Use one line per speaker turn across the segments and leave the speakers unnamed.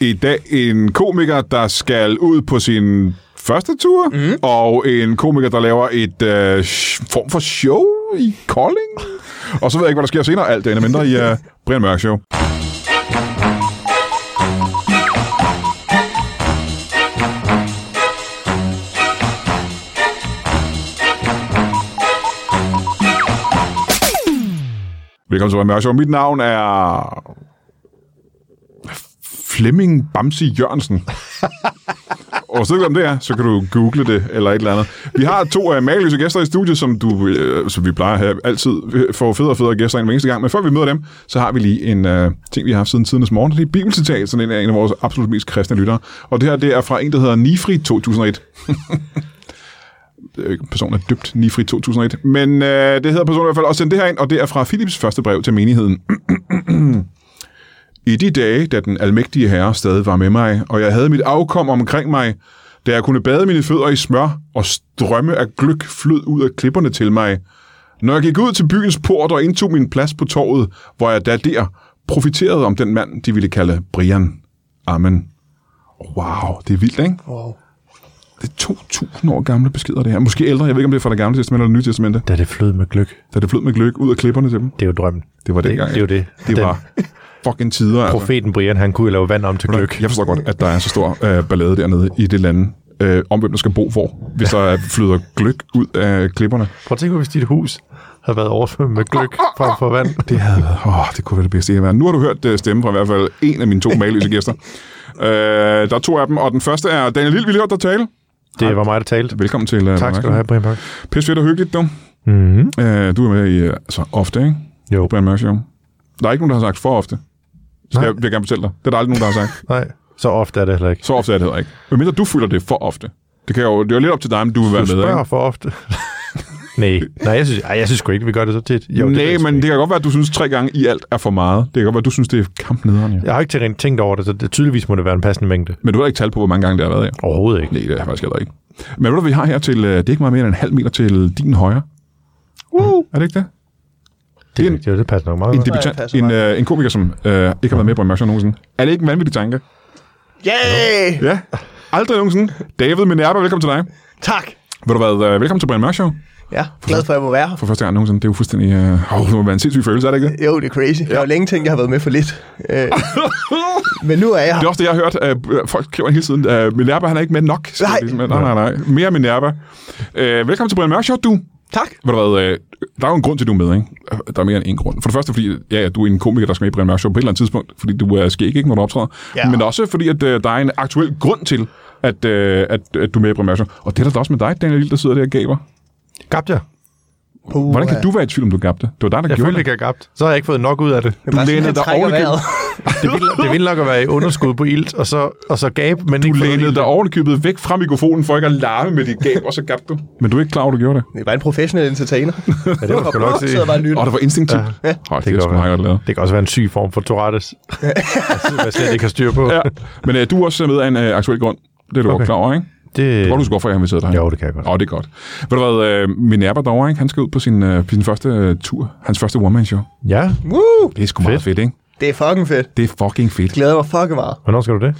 i dag en komiker, der skal ud på sin første tur, mm. og en komiker, der laver et øh, sh- form for show i Kolding. og så ved jeg ikke, hvad der sker senere. Alt det er mindre i øh, Brian Mørk Show. Velkommen til Brian Mørk Show. Mit navn er... Flemming Bamsi Jørgensen. Og hvis du ikke ved, hvem det er, så kan du google det, eller et eller andet. Vi har to uh, mageløse gæster i studiet, som, du, øh, som vi plejer at have altid øh, får federe og federe gæster ind hver eneste gang. Men før vi møder dem, så har vi lige en øh, ting, vi har haft siden tidernes morgen. Det er et bibelcitat, sådan en af, en af vores absolut mest kristne lyttere. Og det her, det er fra en, der hedder Nifri 2001. Øh, personen er dybt Nifri 2001. Men øh, det hedder personen i hvert fald også send det her ind, og det er fra Philips første brev til menigheden. I de dage, da den almægtige herre stadig var med mig, og jeg havde mit afkom omkring mig, da jeg kunne bade mine fødder i smør, og strømme af gløk flød ud af klipperne til mig. Når jeg gik ud til byens port og indtog min plads på torvet, hvor jeg da der profiterede om den mand, de ville kalde Brian. Amen. Wow, det er vildt, ikke?
Wow.
Det er 2.000 år gamle beskeder, det her. Måske ældre, jeg ved ikke, om det er fra det gamle testamente eller det nye testamente.
Da det flød med gløk.
Da det flød med gløk ud af klipperne til dem.
Det er jo drømmen.
Det var
det,
dengang,
det, det er jo det.
Det
Den
var fucking tider, altså.
Profeten Brian, han kunne jo lave vand om til gløk.
Jeg forstår godt, at der er så stor øh, ballade dernede i det lande, øh, om hvem der skal bo hvor, hvis der er- flyder gløk ud af klipperne.
Prøv at tænke på, hvis dit hus havde været oversvømmet med gløk frem for vand.
Det havde været, åh, oh, det kunne være det bedste i verden. Nu har du hørt øh, stemme fra i hvert fald en af mine to mageløse gæster. Øh, der er to af dem, og den første er Daniel Lille, vi lige hørte dig tale.
Det var mig, der talte.
Velkommen til øh,
Tak skal du have, Brian Mørk.
Pisse fedt og hyggeligt, du.
Mm-hmm.
Øh, du er med i, øh, altså ofte, ikke?
Jo.
Brian Mørk Show. Der er ikke nogen, der har sagt for ofte. Så
Nej.
jeg vil jeg gerne fortælle dig. Det er der aldrig nogen, der har sagt.
Nej, så ofte er det heller ikke.
Så ofte er det heller ikke. Men mindre du føler det er for ofte. Det, kan jo, det er jo lidt op til dig, om du vil være
Du
med. ikke?
spørger for ofte. Nej, nej, jeg synes, ej, jeg synes sgu ikke, vi gør det så tit. Jo, det ved
Nej,
jeg sgu
men
ikke.
det kan godt være, at du synes, at tre gange i alt er for meget. Det kan godt være, at du synes, det er kampnederen. Ja.
Jeg har ikke rent tænkt over det, så det, tydeligvis må det være en passende mængde.
Men du har ikke tal på, hvor mange gange det har været. Ja.
Overhovedet ikke.
Nej, det er faktisk heller ikke. Men ved du, hvad vi har her til, øh, det er ikke meget mere end en halv meter til din højre. Uh. Er det ikke det?
Det, er
en-
rigtigt, jo, det passer nok meget
En,
godt.
debutant,
passer
en,
mig.
øh, en komiker, som øh, ikke har været med på en mørkshånd nogensinde. Er det ikke en vanvittig tanke?
Yeah!
Ja. Aldrig nogensinde. David Minerva, velkommen til dig.
Tak!
Ved du hvad, øh, velkommen til Brian Mørk Show
Ja, glad for, at jeg må være her.
for første gang nogensinde. Det er jo fuldstændig... Øh, oh, det må være en sindssyg følelse, er det ikke det?
Jo, det er crazy. Jeg har jo længe tænkt, at jeg har været med for lidt. Øh, men nu er jeg
Det
her.
er også det, jeg har hørt. Øh, folk skriver hele tiden, øh, Minerva, han er ikke med nok. skriver
Nej.
de simpelthen. nej, nej, nej. Mere Minerva. Øh, velkommen til Brian Mørk Show, du.
Tak.
Ved du hvad, øh, der er jo en grund til, du er med, ikke? Der er mere end en grund. For det første, fordi ja, ja, du er en komiker, der skal med i Brian Mørk Show på et eller andet tidspunkt, fordi du er skæg, ikke, når du optræder. Ja.
Ja.
Men også fordi, at øh, der er en aktuel grund til, at, øh, at, at du er med i Brian Mørk Show. Og det er der da også med dig, Daniel Lille, der sidder der og gaber.
Gabt jeg?
Uh,
Hvordan kan du være i tvivl, om du gabte? Det var dig, der
Jeg
gjorde
følte
det.
ikke, jeg gabt. Så har jeg ikke fået nok ud af det.
Du lænede dig ovenikøbet,
Det ville, det ville nok at være i underskud på ilt, og så, og så gabe, men
du
ikke få noget
lænede
ilt.
dig ovenikøbet væk fra mikrofonen for ikke at larme med dit gab, og så gabte du. Men du er ikke klar, over, du gjorde det.
Det er bare en professionel entertainer.
Ja, det må jeg sgu nok sige.
sidder bare og
Og
lytter.
det var instinktivt. Ja. Hold, det, det er
kan
sgu
godt være.
meget godt lavet.
Det kan også være en syg form for Tourettes. altså, hvad jeg slet ikke har styr på.
Ja. Men øh, du er også med af en øh, aktuel grund. Det er du okay. godt klar over, ikke?
Det,
Hvor du skal hvorfor jeg har inviteret dig?
Jo, det kan jeg godt.
Åh, oh, det er godt. Ved du hvad, øh, Minerva derovre, ikke? han skal ud på sin, øh, på sin første øh, tur. Hans første one-man-show.
Ja,
Woo!
Det er sgu fedt. meget fedt, ikke?
Det er fucking fedt.
Det er fucking fedt.
Glæder mig fucking meget.
hvornår skal du det?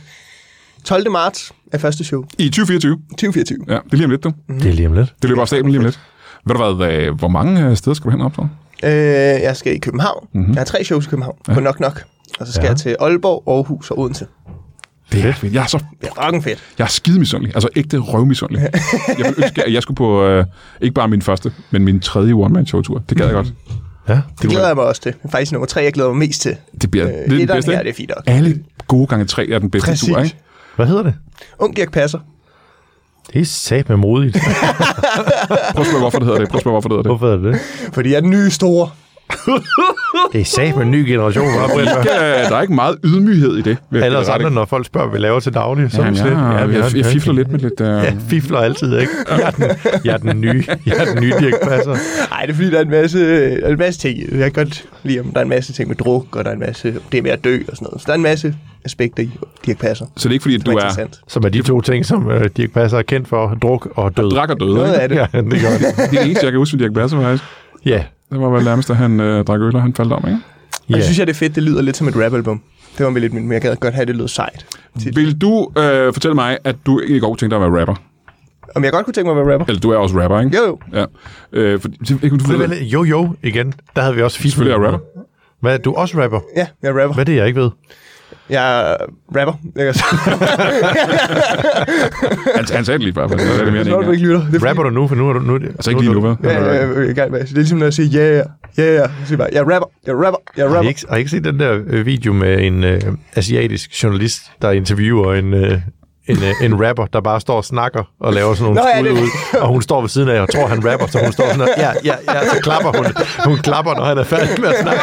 12. marts er første show.
I 2024.
2024.
Ja, det er lige om lidt, du.
Mm. Det er lige om lidt.
Det løber af staben lige om lidt. Ved du hvad, øh, hvor mange øh, steder skal du hen og optræde?
Øh, jeg skal i København. Mm-hmm. Jeg har tre shows i København. Ja. På Nok Nok. Og så skal
Ja.
ja. jeg til Aalborg, Aarhus og Odense.
Det er fedt. Jeg er, så,
Det er fucking fedt.
jeg er skide misundelig. Altså ægte røvmisundelig. jeg ville ønske, at jeg skulle på øh, ikke bare min første, men min tredje one-man-show-tur. Det gad jeg godt.
Ja.
Det glæder jeg mig også til. Faktisk nummer tre, jeg glæder mig mest til.
Det bliver
Øh,
øh, det er den
etteren
bedste.
her,
ikke?
det er fint nok.
Alle gode gange tre er den bedste
Præcis.
tur, ikke?
Hvad hedder det?
Ung Dirk Passer.
Det er sat med modigt.
Prøv at spørge, hvorfor det hedder det. Prøv at spørge, hvorfor det hedder det.
Hvorfor er det det?
Fordi jeg er den nye store.
Det er sat med en ny generation. hva', Brian?
Ikke, øh, der er ikke meget ydmyghed i det. vil jeg
Alle
give
os
dig ret i.
andre, når folk spørger, hvad vi laver til daglig, så er
Jamen,
vi slet...
jeg,
vi
jeg,
har
jeg,
en
jeg
køring.
fifler lidt med lidt... Øh,
Ja, fifler altid, ikke? Jeg er den, jeg er den nye, jeg er den nye Dirk Passer.
Nej, det er fordi, der er en masse, der er en masse ting. i det. Jeg kan godt lide, om der er en masse ting med druk, og der er en masse det med at dø og sådan noget. Så der er en masse aspekter i, de ikke passer.
Så det er ikke fordi, at
Det
du
er
er...
interessant.
Som er de to ting, som øh, Dirk Passer er kendt for. Druk og død.
Drak og døde,
Noget
ikke?
af det.
Ja, det gør det.
Det er eneste, jeg kan huske, at Dirk Basse faktisk.
Ja.
Det var vel nærmest, da han øh, drak øl, og han faldt om, ikke?
Og
ja.
jeg synes, at det er fedt, det lyder lidt som et rap-album. Det var med lidt, min- men jeg gad godt have, at det lød sejt. tit.
Vil du øh, fortælle mig, at du i går tænkte dig at være rapper?
Om jeg godt kunne tænke mig at være rapper?
Eller du er også rapper, ikke?
Jo, jo.
Ja. Øh, for, ikke, om du
Det
ved
er
det.
vel- Jo, jo, igen. Der havde vi også feedback.
Selvfølgelig er jeg rapper.
Hvad, du er også rapper?
Ja, jeg er rapper.
Hvad er det, jeg ikke ved?
Jeg er rapper. Jeg kan
Han, han sagde det lige bare. for Det er det mere end
så
en
du
gang.
ikke lytter. Det er
Rapper du nu? For nu er du... Nu,
Altså ikke lige nu, hvad?
Ja, ja, jeg er i gang med. Så det er ligesom, når jeg siger, ja, yeah, ja, yeah, yeah. Så siger jeg bare, jeg rapper, jeg rapper, jeg
Har I,
rapper.
ikke, har I ikke set den der øh, video med en øh, asiatisk journalist, der interviewer en, øh, en, øh, en rapper, der bare står og snakker og laver sådan nogle
Nå, ja,
skud
det-
ud, og hun står ved siden af og tror, han rapper, så hun står sådan og, ja, ja, ja, så klapper hun. Hun klapper, når han er færdig med at snakke.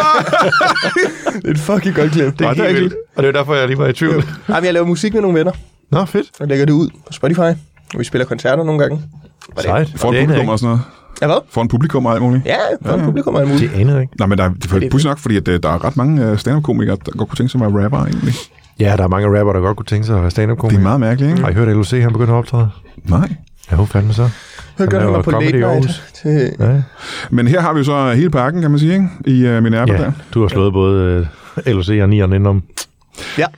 Det er et fucking godt klip.
Det er helt vildt. Og det er derfor, jeg lige var i tvivl.
Jamen, jeg laver musik med nogle venner,
Nå, fedt.
og lægger det ud på Spotify. Og vi spiller koncerter nogle gange.
Sejt.
For
Det
en
aner jeg
publikum
ikke.
og sådan noget.
Ja, hvad?
For en publikum og alt muligt.
Ja, for ja, publikum er det muligt.
Det aner jeg ikke.
Nej, men der, er- det er pudsigt nok, fordi at, øh, der er ret mange øh, stand-up-komikere, der godt kunne tænke sig at være rapper, egentlig.
Ja, der er mange rapper, der godt kunne tænke sig at være stand up
Det er meget mærkeligt, ikke?
Har I hørt, at LOC han begyndte at optræde?
Nej.
Ja, hun fandme så.
Så gør han
laver
mig på
comedy
late
i
night.
Aarhus.
Til,
Ja,
Men her har vi jo så hele pakken, kan man sige, ikke? I øh, Minerva der.
ja du har slået både øh, LOC og Nieren indenom.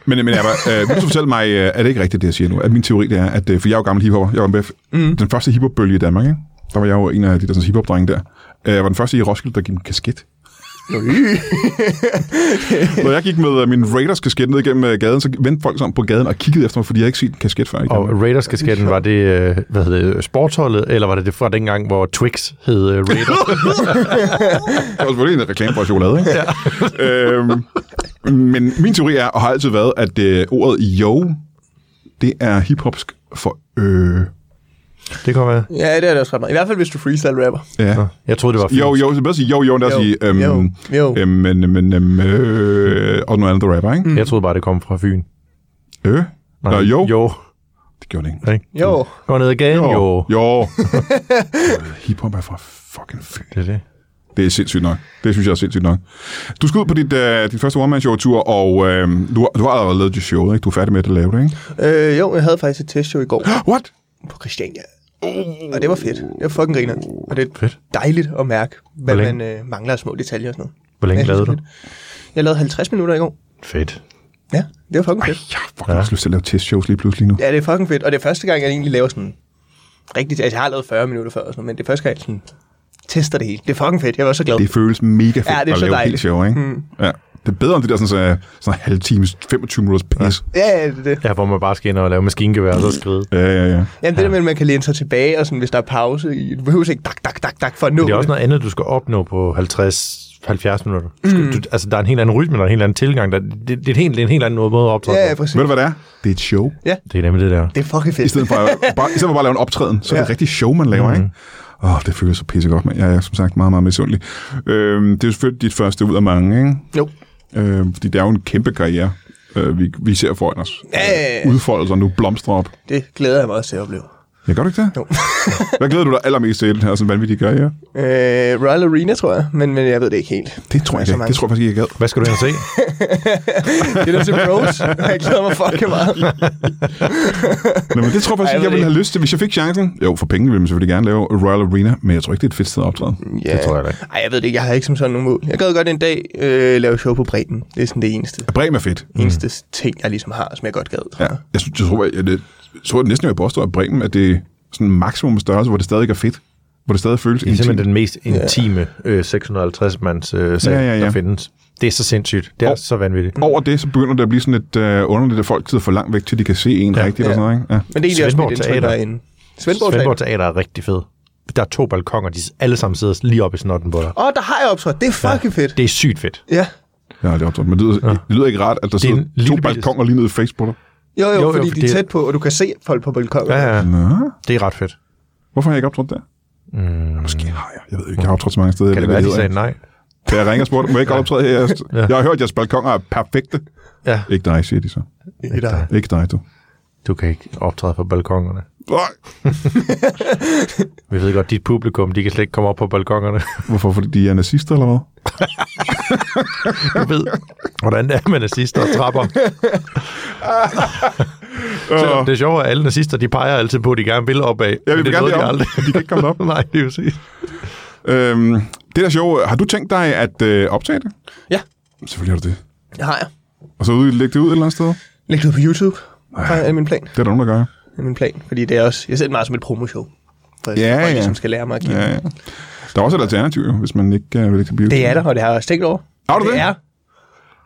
Men, men Abba, øh, vil du så fortælle mig, øh, er det ikke rigtigt, det jeg siger nu? At min teori det er, at, øh, for jeg er jo gammel hiphopper, jeg var MBF, mm. den første hiphopbølge i Danmark, ikke? der var jeg jo en af de der sådan, hiphop-drenge der. Øh, Jeg var den første i Roskilde, der gik med kasket. Når jeg gik med øh, min Raiders-kasket ned igennem øh, gaden, så vendte folk sammen på gaden og kiggede efter mig, fordi jeg havde ikke set en kasket før. Ikke?
Og Raiders kasketten, var det, øh, hvad hedder det, sportsholdet, eller var det det fra dengang, hvor Twix hed øh, Raiders?
Det var selvfølgelig en reklame for chokolade, ikke? Ja. øhm, men min teori er, og har altid været, at øh, ordet yo, det er hiphopsk for øh.
det kan være.
ja, det er det også ret meget. I hvert fald, hvis du freestyle rapper.
Ja.
Jeg troede, det var
Jo,
fint.
jo, det er bedre at sige jo, jo, end at
Jo,
sige, øhm,
jo, jo.
øhm, men, men, øhm, øh, og noget andet, der rapper, ikke?
Jeg troede bare, det kom fra Fyn.
Øh? Nå, jo. jo.
Jo.
Det gjorde det ikke.
Ikke?
Jo,
Gå ned ad gaden, jo.
Jo. Hiphop er fra fucking Fyn.
Det er det.
Det er sindssygt nok. Det synes jeg er sindssygt nok. Du skal ud på dit, øh, dit første one-man-show-tur, og øh, du, har- du har allerede lavet dit show, ikke? Du er færdig med at lave det, ikke?
øh, jo, jeg havde faktisk et testshow i går
What?
på Christiania. Og det var fedt. Det var fucking griner. Og det er
Fedt.
dejligt at mærke, hvad
længe?
man øh, mangler af små detaljer og sådan noget.
Hvor længe
Jeg synes,
lavede du?
det er fedt. Jeg lavede 50 minutter i går.
Fedt.
Ja, det var fucking fedt.
Jeg har fucking ja. også lyst til at lave testshows lige pludselig nu.
Ja, det er fucking fedt. Og det er første gang, jeg egentlig laver sådan rigtigt... Altså, jeg har lavet 40 minutter før, og sådan, noget, men det er første gang, jeg sådan tester det hele. Det er fucking fedt. Jeg var så glad.
Det føles mega fedt
Ja, det er
at lave et
så
helt
dejligt.
show, ikke? Mm. Ja. Det er bedere end det der sådan, så, sådan halv times, 25 minutters pis.
Ja, ja, det er det.
Ja, hvor man bare skal ind og lave maskingevær og så skride.
Ja, ja, ja.
Jamen, det der med, at man kan læne sig tilbage, og sådan, hvis der er pause, i, du behøver ikke dak, dak, dak, dak for at nå
Det er også noget andet, du skal opnå på 50 70 minutter. Du skal, du, altså, der er en helt anden rytme, der er en helt anden tilgang. Der, det, det, er en helt, det er en helt anden måde at optræde
Ja, ja,
på.
præcis.
Ved du, hvad det er? Det er et show.
Det er nemlig det der.
Det er fucking
I
fedt.
stedet for, at bare, i stedet for bare at lave en optræden, så er det
Ja. Mm.
rigtig show, man laver, ikke? Åh, oh, det føles så pissegodt, mand. Jeg er som sagt meget, meget misundelig. Øhm, det er jo selvfølgelig dit første ud af mange, ikke?
Jo.
Øhm, fordi det er jo en kæmpe karriere, øh, vi, vi ser foran os.
Ja, ja, ja.
Udfolde sig nu, blomstre op.
Det glæder jeg mig også til at opleve.
Ja, gør du ikke det?
Jo.
Hvad glæder du dig allermest til i den her sådan vanvittige karriere?
Øh, Royal Arena, tror jeg, men, men jeg ved det ikke helt.
Det tror jeg
så
ikke. Det tror jeg faktisk ikke, jeg gad.
Hvad skal du ind og se?
Det er til Bros. Jeg glæder mig fucking meget.
Nå, men det tror jeg faktisk
Ej,
ikke,
jeg
jeg
ved
ville
det
have lyst til, hvis jeg fik chancen. Jo, for penge ville man selvfølgelig gerne lave Royal Arena, men jeg tror ikke, det er et fedt sted at optræde.
Ja.
tror jeg da ikke.
Ej, jeg ved det ikke. Jeg har ikke som sådan nogen mål. Jeg gad godt en dag øh, lave show på Bremen. Det er sådan det eneste,
Bremen er fedt.
Mm.
eneste ting, jeg ligesom har, som jeg godt gad.
Ja. Jeg, synes, jeg, tror, jeg, jeg, jeg tror næsten, jeg påstår, at Bremen er det sådan maksimum størrelse, hvor det stadig ikke er fedt. Hvor det stadig føles
Det er
intimt.
simpelthen den mest intime øh, 650-mands øh, sal,
Ja, ja, ja.
der findes. Det er så sindssygt. Det er
Og-
så vanvittigt.
Over det, så begynder det at blive sådan lidt øh, underligt, at folk sidder for langt væk, til de kan se en ja. rigtigt ja. og
Ja.
sådan noget. Ikke? Ja.
Men det er egentlig også
Svendborg
mit indtryk
Teater.
derinde. Svendborg,
Svendborg
Svendborg Teater.
Teater er rigtig fed. Der er to balkonger, de alle sammen sidder lige oppe i snotten på dig.
Åh, oh, der har jeg optrådt. Det er fucking fedt.
Det er sygt fedt.
Ja.
Ja, det er optaget. Men det lyder, ja. det lyder ikke rart, at der
er en
sidder
lille
to
bitte-
balkonger lige nede i Facebook.
Jo, jo,
Jo, jo,
jo fordi
for
de
det-
er tæt på, og du kan se folk på balkonen.
Ja,
Ja.
ja.
Nå,
Det er ret fedt.
hvorfor har jeg ikke optrådt der? Mm. Måske har jeg. Jeg ved ikke, jeg har optrådt så mange steder. jeg
Kan det
ved,
være, de
hvad
sagde
hedder.
nej?
Da jeg ringer og spurgte, må jeg ikke optræde her? Jeg- Jeg har hørt, at jeres balkonger er perfekte.
Ja.
Ikke dig, siger de så.
Ikke dig.
Ikke dig, du.
Du kan ikke optræde på balkongerne.
Nej.
Vi ved godt, dit publikum, de kan slet ikke komme op på balkongerne.
Hvorfor? Fordi de er nazister, eller hvad?
Jeg ved, hvordan det er med nazister og trapper. Selvom det er sjovt, at alle nazister, de peger altid på, at de gerne vil opad.
Ja, vi
Men
vil
det
gerne
nåede de
derop.
aldrig.
De kan ikke komme op.
Nej, det er jo sige.
øhm, det der show, har du tænkt dig at øh, optage det?
ja,
Selvfølgelig har du det.
det har jeg.
Og så ud, lægge det ud et eller andet sted?
Læg det ud på YouTube. Det er min plan.
Det er der nogen, der gør.
Det er min plan, fordi det er også, jeg ser det meget som et promoshow. For
Ja,
ja, folk,
ja.
ja. Ligesom skal lære mig at give.
Ja,
Ja.
ja. Der er også et alternativ, jo, hvis man ikke øh, vil ikke blive.
Det er der, og det har jeg også tænkt over.
Har du det?
er.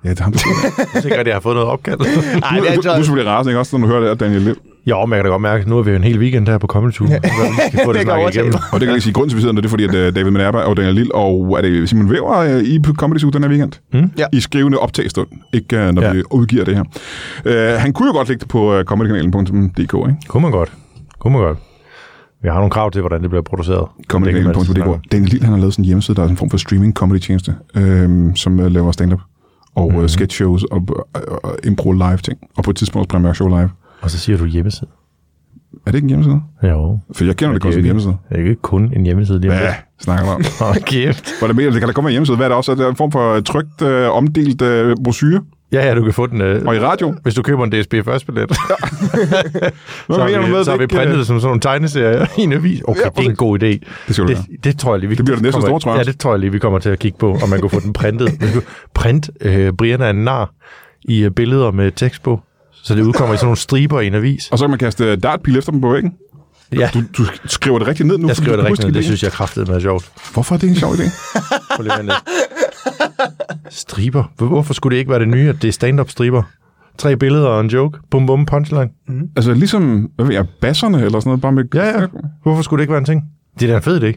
Ja, det er ham, der siger det.
Jeg tænker, at jeg har fået noget opkald.
Nej,
Du,
det er altså-
du, du, er
ikke
selvfølgelig rasende, ikke også, når du hører det af Daniel Liv.
jo, men jeg kan da godt mærke, at nu er vi jo en hel weekend her på Comedy Tour. Ja. Vi skal få det, det
Det kan
snakket
overtage
igennem.
mig.
Og det kan jeg lige sige, grunden til, at vi sidder der, det er fordi, at øh, David Minerva og Daniel Lille og er det Simon Væver øh, i på Comedy Zoo den her weekend. Mm?
Ja.
I skrivende optagstund, ikke øh, når ja.
Hmm? Ja.
vi udgiver det her. Uh, han kunne jo godt lægge det på uh, comedykanalen.dk, ikke?
Kunne man godt. Kunne man godt. Vi har nogle krav til, hvordan det bliver produceret. Det kan man altid snakke om.
Comedykanalen.dk. Daniel Lille, han har lavet sådan en hjemmeside, der er sådan en form for streaming comedy tjeneste, øh, som øh, laver stand-up og
Mhm.
mm. uh, sketch shows og, og, og, impro live ting. Og på et tidspunkt også premiere show live.
Og så siger du hjemmeside.
Er det ikke en hjemmeside?
Jo.
For jeg kender det, det godt
er
som en
ikke-
hjemmeside.
Det er ikke kun en hjemmeside lige om
Ja,
lidt.
snakker du om.
Åh, kæft.
Hvor det, mener, det kan da komme en hjemmeside. Hvad er det også? Er det en form for trygt, øh, omdelt øh, brochure?
Ja, ja, du kan få den. Øh,
Og i radio?
hvis du køber en DSB først billet,
Hvad
så,
mener
har
du
vi,
med,
så har
at
vi
ikke,
printet
øh,
det som sådan nogle tegneserier i en avis. Okay,
Ja,
ja, det er en god idé.
Det skal du gøre.
det, det tror jeg lige, vi
Det bliver det næste
kommer-
store, tror jeg.
Ja, det tror jeg lige, vi kommer til at kigge på, om man kunne få den printet. Man kunne print øh, Brian er en nar i øh, billeder med tekst på, så det udkommer i sådan nogle striber i en avis.
Og så kan man kaste øh, dartpil efter dem på væggen.
Ja,
Du, du skriver det rigtigt ned nu.
jeg skriver
fordi
det
du husker
rigtigt, ned. det synes jeg kraftedeme er sjovt.
Hvorfor er det en sjov idé?
Prøv lige at vente lidt. Striber. Hvor- Hvorfor skulle det ikke være det nye, at det er stand-up striber? Tre billeder og en joke. Bum, bum, punchline.
altså ligesom, hvad ved jeg, basserne eller sådan noget, bare med...
Ja, ja. Hvorfor skulle det ikke være en ting? Det er da en fed idé.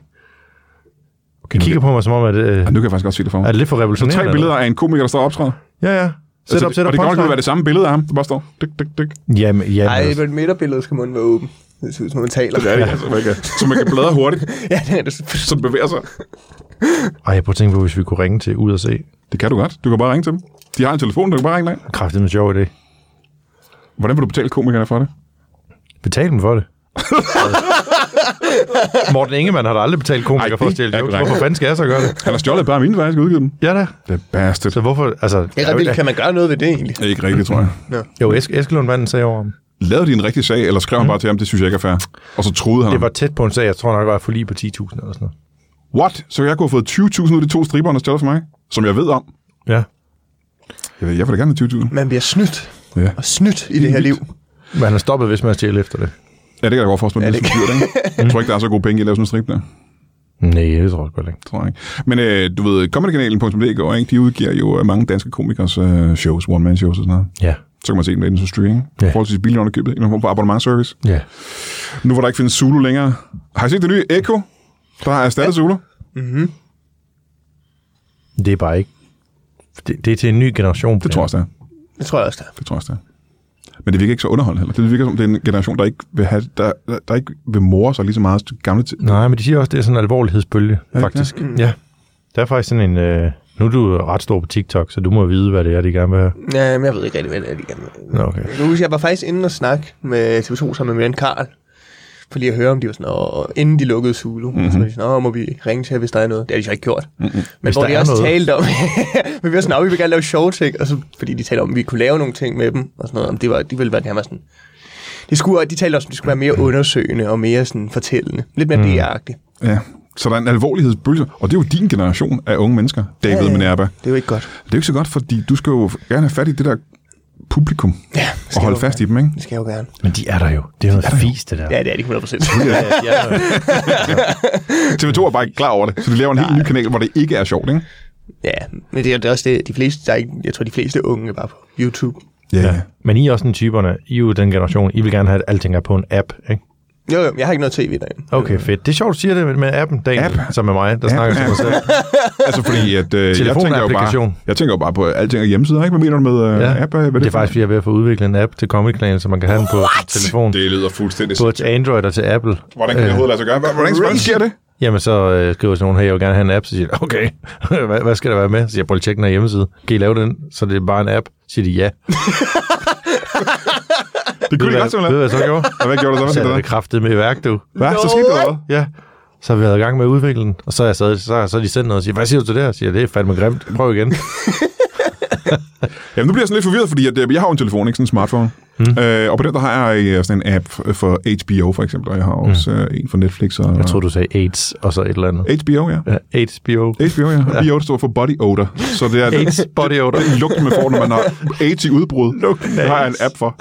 Okay, nu,
Kigger på mig som om, at, øh,
nu kan jeg faktisk godt se det for mig.
er det lidt for revolutionerende.
Tre billeder af en komiker, der står og optræder. Altså,
eller? Ja, ja. Sæt op,
det,
sæt
og
op,
det kan godt være
punchline.
det samme billede af ham, der bare står. Dyk, dyk, dyk.
Jamen, jamen,
Nej,
altså.
men midterbilledet skal munden være åben. Det ser ud som, man taler.
Ja, det er, så, Altså, man kan, så man kan bladre hurtigt,
ja, det er det.
så den bevæger sig.
Ej, jeg prøver at tænke på, hvis vi kunne ringe til ud og se.
Det kan du godt. Du kan bare ringe til dem. De har en telefon, du kan bare ringe ind.
Kræftet med sjov idé.
Hvordan vil du betale komikerne for det?
Betal dem for det. Morten Ingemann har da aldrig betalt
Ej,
komikere for at
det
stjæle
er
jokes.
korrekt.
Hvorfor fanden skal jeg så gøre det?
Han har stjålet bare mine, hvad jeg skal udgive dem.
Ja da.
Det er bastard.
Så hvorfor, altså...
Det er ret vildt. Kan man gøre noget ved det egentlig?
Det er ikke rigtigt, tror jeg.
Jo, Esk Eskelund manden sagde over ham.
Lavede de en rigtig sag, eller skrev han bare til ham, det synes jeg ikke er fair. Og så troede han
Det
ham.
var tæt på en sag, jeg tror nok, at jeg får lige på 10.000 eller sådan noget.
What? Så jeg kunne have fået 20.000 ud af de to striber, han har stjålet for mig? Som jeg ved om.
Ja.
Jeg, ved, jeg vil da gerne have 20.000.
Man bliver snydt
Ja.
og snydt i det her liv.
vildt.
Men han er stoppet, hvis man stjæler efter det.
ja, det kan jeg da godt forstå, men det er så dyrt, ikke? Jeg tror ikke, der er så gode penge i at lave sådan en strip der.
Nej, det tror jeg godt ikke.
Tror jeg ikke. Men øh, du ved, comedykanalen.dk, ikke? de udgiver jo øh, mange danske komikers øh, shows, one-man-shows og sådan noget.
Ja.
Så kan man se dem derinde som streaming. Ja.
Ja.
Forholdsvis billigt underkøbet. En form for abonnementservice.
Ja.
Nu hvor der ikke findes Zulu længere. Har I set det nye Echo? Der har erstattet Zulu.
Det er bare ikke... Det, det er til en ny generation.
Det tror jeg også, det er.
Det tror jeg også, der.
Det tror jeg også, det er. Men det virker ikke så underholdende heller. Det virker som, det er en generation, der ikke vil, have, der, der, der ikke vil more sig lige så meget til gamle tid.
Nej, men de siger også, det er sådan en alvorlighedsbølge,
det
faktisk. Ja. Mm. Der er faktisk sådan en... Øh, nu er du ret stor på TikTok, så du må vide, hvad det er, de gerne vil have.
Ja, men jeg ved ikke rigtig, hvad det er, de gerne vil.
Nå, okay.
Nu husker jeg var faktisk inde og snakke med TV2 sammen med Miriam Karl, for lige at høre, om de var sådan, og, og inden de lukkede Zulu, mm-hmm. så var de sådan, "Nå, må vi ringe til jer, hvis der er noget. Det har de så ikke gjort. Mm-hmm. Men
Hvis
hvor
der
de
er
også
noget.
talte om, men vi var sådan, "Nå, vi vil gerne lave sjove ting, og så, fordi de talte om, at vi kunne lave nogle ting med dem, og sådan noget, om det var, de ville være nærmere sådan, de, skulle, de talte også om, at de skulle være mere undersøgende og mere sådan fortællende. Lidt mere mm. DR-agtigt.
Ja. Så der er en alvorlighedsbølge, og det er jo din generation af unge mennesker, David ja,
Ja,
ja.
ja.
Minerva.
Det er jo ikke godt.
Det er jo ikke så godt, fordi du skal jo gerne have fat i det der publikum
Ja, det
og
skal
holde
jo
fast i
gerne.
dem, ikke?
Det skal jeg jo gerne.
Men de er der jo. Det er noget fis, det der.
Ja, det er de 100%.
TV2 er bare ikke klar over det, så de laver en helt ny kanal, hvor det ikke er sjovt, ikke?
ja, men det er, det er også det, de fleste, der er ikke, jeg tror, de fleste unge er bare på YouTube.
Ja, ja.
Ja. Men I er også den typerne, I er jo den generation, I vil gerne have, at alting er på en app, ikke?
Jo, jo, jeg har ikke noget tv i dag.
Okay, fedt. Det er sjovt, du siger det med- med appen, Daniel,
App.
app. som er mig, der app. snakker til mig selv.
Altså fordi, at øh, jeg, tænker jo bare,
Telefonapplikation.
jeg tænker jo bare på alting af hjemmesider, ikke? Hvad mener du med øh, ja. app? øh, Hvad
det, det er
for?
faktisk, fordi jeg er ved at få udviklet en app til Comic Clan, så man kan have den på sin telefon.
Det lyder fuldstændig...
Både til Android og til Apple.
Hvordan
Øh.
kan det overhovedet lade sig gøre? Hvordan, hvordan sker det?
Jamen, så øh, skriver sådan nogen, hey, jeg vil gerne have en app. Så siger de, okay, hvad, hvad skal der være med? Så siger jeg, prøv lige at tjekke den her hjemmeside. Kan I lave den? Så det er bare en app. Så siger de, ja.
Det kunne de
Ved
godt
du, hvad, ved,
simpelthen.
hvad jeg så gjorde?
Og hvad gjorde du så? Hvad
Så
skete
er
der?
det kraftet med i værk, du.
Hvad? Så skete der noget?
Ja. Så har vi været i gang med at udvikle den, og så er, jeg sad, så, så er de sendt noget og siger, hvad siger du til det her? Jeg siger, det er fandme grimt, prøv igen.
Jamen, nu bliver jeg sådan lidt forvirret, fordi at, øh, jeg har jo en telefon, ikke sådan en smartphone. Mm. Øh, og på den, der har jeg øh, sådan en app f- for HBO, for eksempel, og jeg har også mm. øh, en for Netflix. Og,
Jeg tror du sagde AIDS og så et eller andet.
HBO, ja.
Ja, HBO.
HBO, ja. ja. BO, det står for body odor. Så det er
AIDS body odor.
den lugt, man får, når man har AIDS i udbrud. Lugten det har jeg en app for.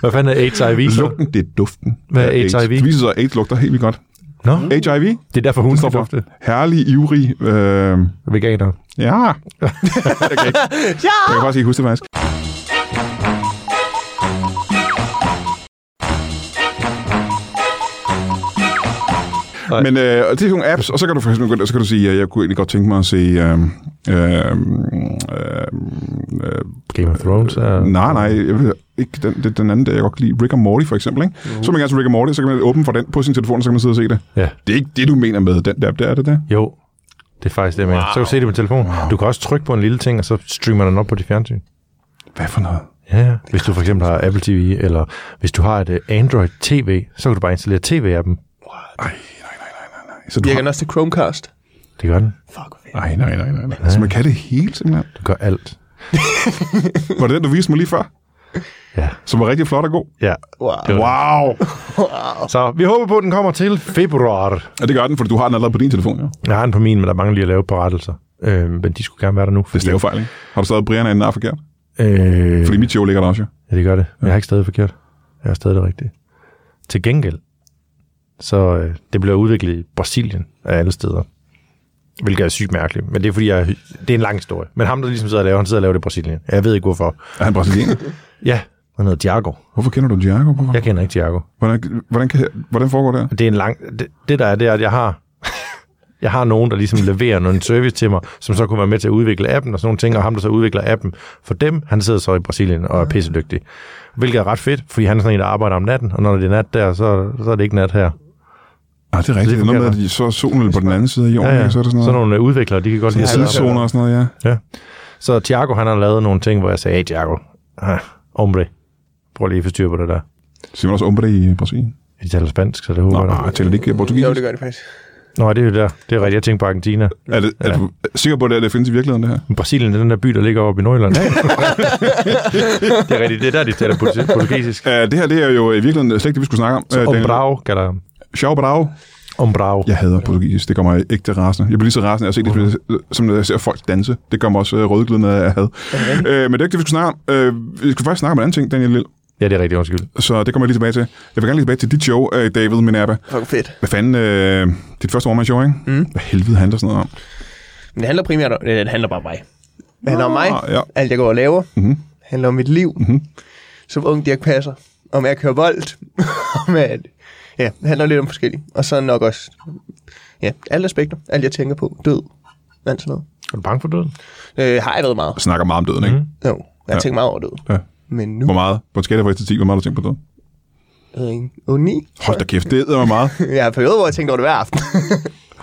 Hvad fanden er HIV så?
Lugten, det er duften.
Hvad er
af AIDS.
HIV?
Det viser sig, at AIDS lugter helt vildt godt.
Nå,
HIV,
det er derfor hun
det
står
står
på.
for herlig, ivrig, øh,
Veganer.
ja. jeg, kan ikke,
Ja!
jeg kan faktisk ikke huske det faktisk.
Nej.
Men øh, og det er sådan nogle apps, og så kan du for eksempel, gå ind, og så kan du sige, at jeg kunne egentlig godt tænke mig at se... Øh, øh, øh, øh,
Game of Thrones er...
nej, nej, jeg ved ikke den, det er den anden der, jeg godt kan lide. Rick og Morty for eksempel, ikke? Uh. Så vil man gerne se Rick og Morty, så kan man åbne for den på sin telefon, og så kan man sidde og se det.
Ja.
Det er ikke det, du mener med den der, app, det er det der.
Jo, det er faktisk det, jeg mener. Så kan du se det på telefonen. Du kan også trykke på en lille ting, og så streamer den op på dit fjernsyn.
Hvad for noget?
Ja, ja. Hvis du for eksempel har Apple TV, eller hvis du har et øh, Android TV, så kan du bare installere TV-appen.
Så du
Virker
har,
den også til Chromecast?
Det gør den.
Fuck, hvor fedt.
nej, nej, nej, nej, nej. Så man kan det hele simpelthen.
Du gør alt.
Var det den, du viste mig lige før?
Ja.
Som var rigtig flot og god.
Ja.
Wow.
Det var
Wow!
Så vi håber på, at den kommer til februar.
Ja, det gør den, for du har den allerede på din telefon, jo.
Jeg har den på min, men der mangler lige at lave et par rettelser. Øh, men de skulle gerne være der nu.
Det er stavefejl, ikke? Har du stadig Brian anden er forkert?
Øh,
Fordi mit show ligger der også, jo.
Ja, det gør det. Men jeg har ikke stadig forkert. Jeg har stadig det rigtige. Til gengæld, så øh, det bliver udviklet i Brasilien af alle steder. Hvilket er sygt mærkeligt. Men det er fordi, jeg, det er en lang historie. Men ham, der ligesom sidder og laver, han sidder og laver det i Brasilien. Jeg ved ikke hvorfor.
Er han brasilianer?
Ja, han hedder Diago.
Hvorfor kender du Diago? Hvorfor?
Jeg kender ikke Diago.
Hvordan, hvordan, kan, hvordan foregår det her?
Det er en lang... Det, det der er, det er, at jeg har... Jeg har nogen, der ligesom leverer noget service til mig, som så kunne være med til at udvikle appen og sådan nogle ting, og ham, der så udvikler appen for dem, han sidder så i Brasilien og
Mm.
er pissedygtig. Hvilket er ret fedt, fordi han er sådan en, der arbejder om natten, og når det er nat der, så, så er det ikke nat her.
Ah, det er rigtigt. Det er noget med, at de- så er solen lidt på den anden side af jorden, ja, ja. så er det sådan
sådan
noget.
nogle øh, udviklere, de kan godt lide
Sådan
at
Tidszoner og sådan noget, ja.
Ja. Så Thiago, han har lavet nogle ting, hvor jeg sagde, hey Thiago, ah, hombre, prøv lige at få styr på det der.
Siger man også umbre i Brasilien?
De taler spansk, så det håber
Nå,
jeg.
nej,
da.
tæller det ikke
Jo,
portugisisk?
det gør det faktisk.
Nå, det er jo der. Det er rigtigt, jeg tænkte på Argentina.
Er, det, er du sikker på, at det, er, det findes i virkeligheden, det her?
Men Brasilien det er den der by, der ligger oppe i Nordjylland. det er rigtigt, det er der, de taler portu- portugisisk.
Uh, det her, det er jo i virkeligheden slet ikke det, vi skulle snakke om. Uh,
Ombrau kalder jeg dem.
Sjov bravo.
Ombrau.
Jeg hader portugisisk. Det gør mig ægte rasende. Jeg bliver lige så rasende, at jeg ser, det, som når jeg ser folk danse. Det gør mig også øh, rødglødende af had. Øh, men det er ikke det, vi skulle snakke om. Øh, vi skulle faktisk snakke om en anden ting, Daniel Lille.
Ja, det er rigtigt, undskyld.
Så det kommer jeg lige tilbage til. Jeg vil gerne lige tilbage til dit show, øh, David Minerva.
Fuck, hvor fedt.
Hvad fanden, øh, dit første one show, ikke? Mm. Hvad helvede handler sådan noget om?
Men det handler primært om, eller det handler bare om mig. Det handler om mig,
Ah, ja.
alt jeg går og laver.
Mhm.
Det handler om mit liv, mm-hmm. som ung Dirk Passer. Om at køre bold. om at, ja, det handler lidt om forskellige. Og så nok også, ja, alle aspekter. Alt jeg tænker på. Død. Alt sådan noget.
Er du bange for døden?
Øh, har jeg været meget?
Jeg snakker meget om døden, ikke? Mm.
Jo, jeg har tænkt meget over død.
Ja.
Men nu
Hvor meget? På en skala fra 1 til 10, hvor meget har du tænkt på døden?
er jeg ikke. Åh, ni.
Hold da kæft, det æder mig meget.
Jeg har en periode, hvor jeg tænkte over det hver aften.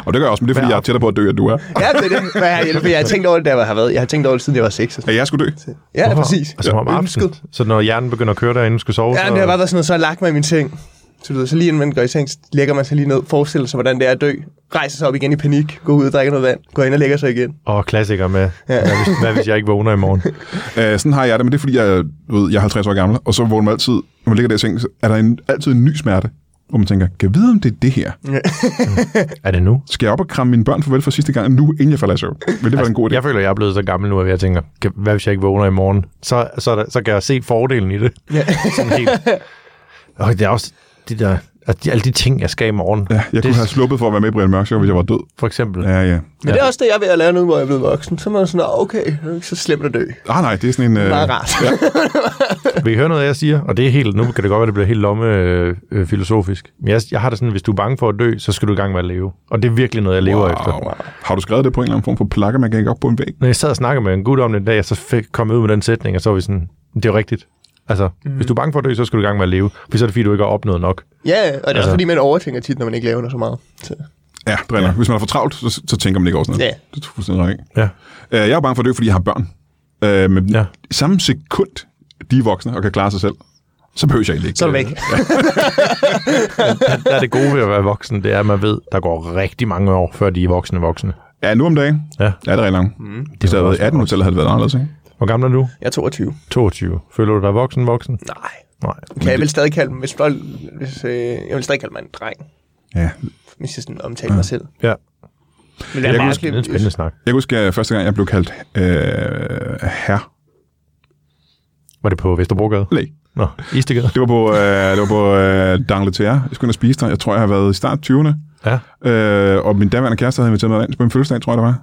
Og det gør jeg også, men det er, fordi jeg er tættere på at dø, end du er.
ja, det er det. Men jeg, jeg, jeg har tænkt over det, da jeg har været. Jeg har tænkt over det, siden jeg var 6.
At jeg skulle dø.
Ja, Hvorfor? præcis.
Altså om
Jeg
aftenen.
ønskede-
Så når hjernen begynder at køre der, inden du skal sove,
Ja, men det har bare været sådan noget, så har jeg lagt mig i mine ting. Så, du ved, så lige inden man går i seng, så lægger man sig lige ned, forestiller sig, hvordan det er at dø, rejser sig op igen i panik, går ud og drikker noget vand, går ind og lægger sig igen.
Og klassiker med, ja. hvad, hvis, hvad hvis jeg ikke vågner i morgen?
Øh, sådan har jeg det, men det er, fordi jeg, du ved, jeg er 50 år gammel, og så vågner man altid, når man ligger der i sengen, så er der en, altid en ny smerte, hvor man tænker, kan jeg vide, om det er det her?
Er det nu?
Skal jeg op og kramme mine børn farvel for sidste gang nu, inden jeg falder i søvn? Vil det være en god idé?
Jeg føler, jeg er blevet så gammel nu, at jeg tænker, kan- hvad hvis jeg ikke vågner i morgen? Så, så, er der, så kan jeg se fordelen i det. Ja. Sådan helt. Og det er også de der, at de, alle de ting, jeg skal i morgen.
Ja, jeg
det,
kunne have sluppet for at være med i Brian Mørk Show, hvis jeg var død.
For eksempel.
Ja, ja.
Men ja. det er også det, jeg er ved at lære nu, hvor jeg er blevet voksen. Så er man sådan, "Nå, okay, det er jo ikke så slemt at dø. Det
Ah, nej, det er sådan en...
er
Øh,
meget rart.
Vil I høre noget, jeg siger? Og det er helt, nu kan det godt være, det bliver helt lomme øh, øh, filosofisk. Men jeg, jeg har det sådan, hvis du er bange for at dø, så skal du i gang med at leve. Og det er virkelig noget, jeg lever wow. efter.
wow. Har du skrevet det på en eller anden form for plakke, man kan ikke op på en væg?
Når jeg sad og snakkede med en gut om det en dag, så fik, kom jeg ud med den sætning, og så var vi sådan, det er jo rigtigt. Altså, mm. hvis du er bange for at dø, så skal du i gang med at leve. For så er det fordi, du ikke har opnået nok.
ja, og det er også fordi, man overtænker tit, når man ikke laver noget så meget. Så,
Ja, det er ja. Hvis man er for travlt, så, så tænker man ikke over sådan noget.
Ja.
Det er du fuldstændig rigtigt.
Ja.
Øh, jeg er bange for at dø, fordi jeg har børn. Øh, men ja.
Ja.
samme sekund, de er voksne og kan klare sig selv, så behøver jeg egentlig ikke.
så er du væk.
Der er det gode ved at være voksen, det er, at man ved, der går rigtig mange år, før de er voksne voksne.
Ja, nu om dagen.
Ja.
Ja, det er rigtig langt. Mm. Hvis det havde været i 1800-tallet, havde det været anderledes, ikke?
Hvor gammel er du?
Jeg er 22.
22. Føler du dig voksen voksen?
Nej.
Nej.
Kan jeg vil stadig kalde mig, hvis, hvis, øh, jeg vil stadig kalde mig en dreng,
Ja.
hvis jeg sådan omtaler mig selv.
Ja.
Men det er
Jeg kan
meget
huske
Det er en spændende snak.
Jeg kan huske, at første gang, jeg blev kaldt øh, herre.
Var det på Vesterbrogade?
Nej,
Nå, Istegade.
Det var på, øh, det var på øh, D'Angleterre. Jeg skulle ind og spise der. Jeg tror, jeg har været i start 20'erne.
Ja.
Øh, og min daværende kæreste havde inviteret mig ind på en fødselsdag, tror jeg det var.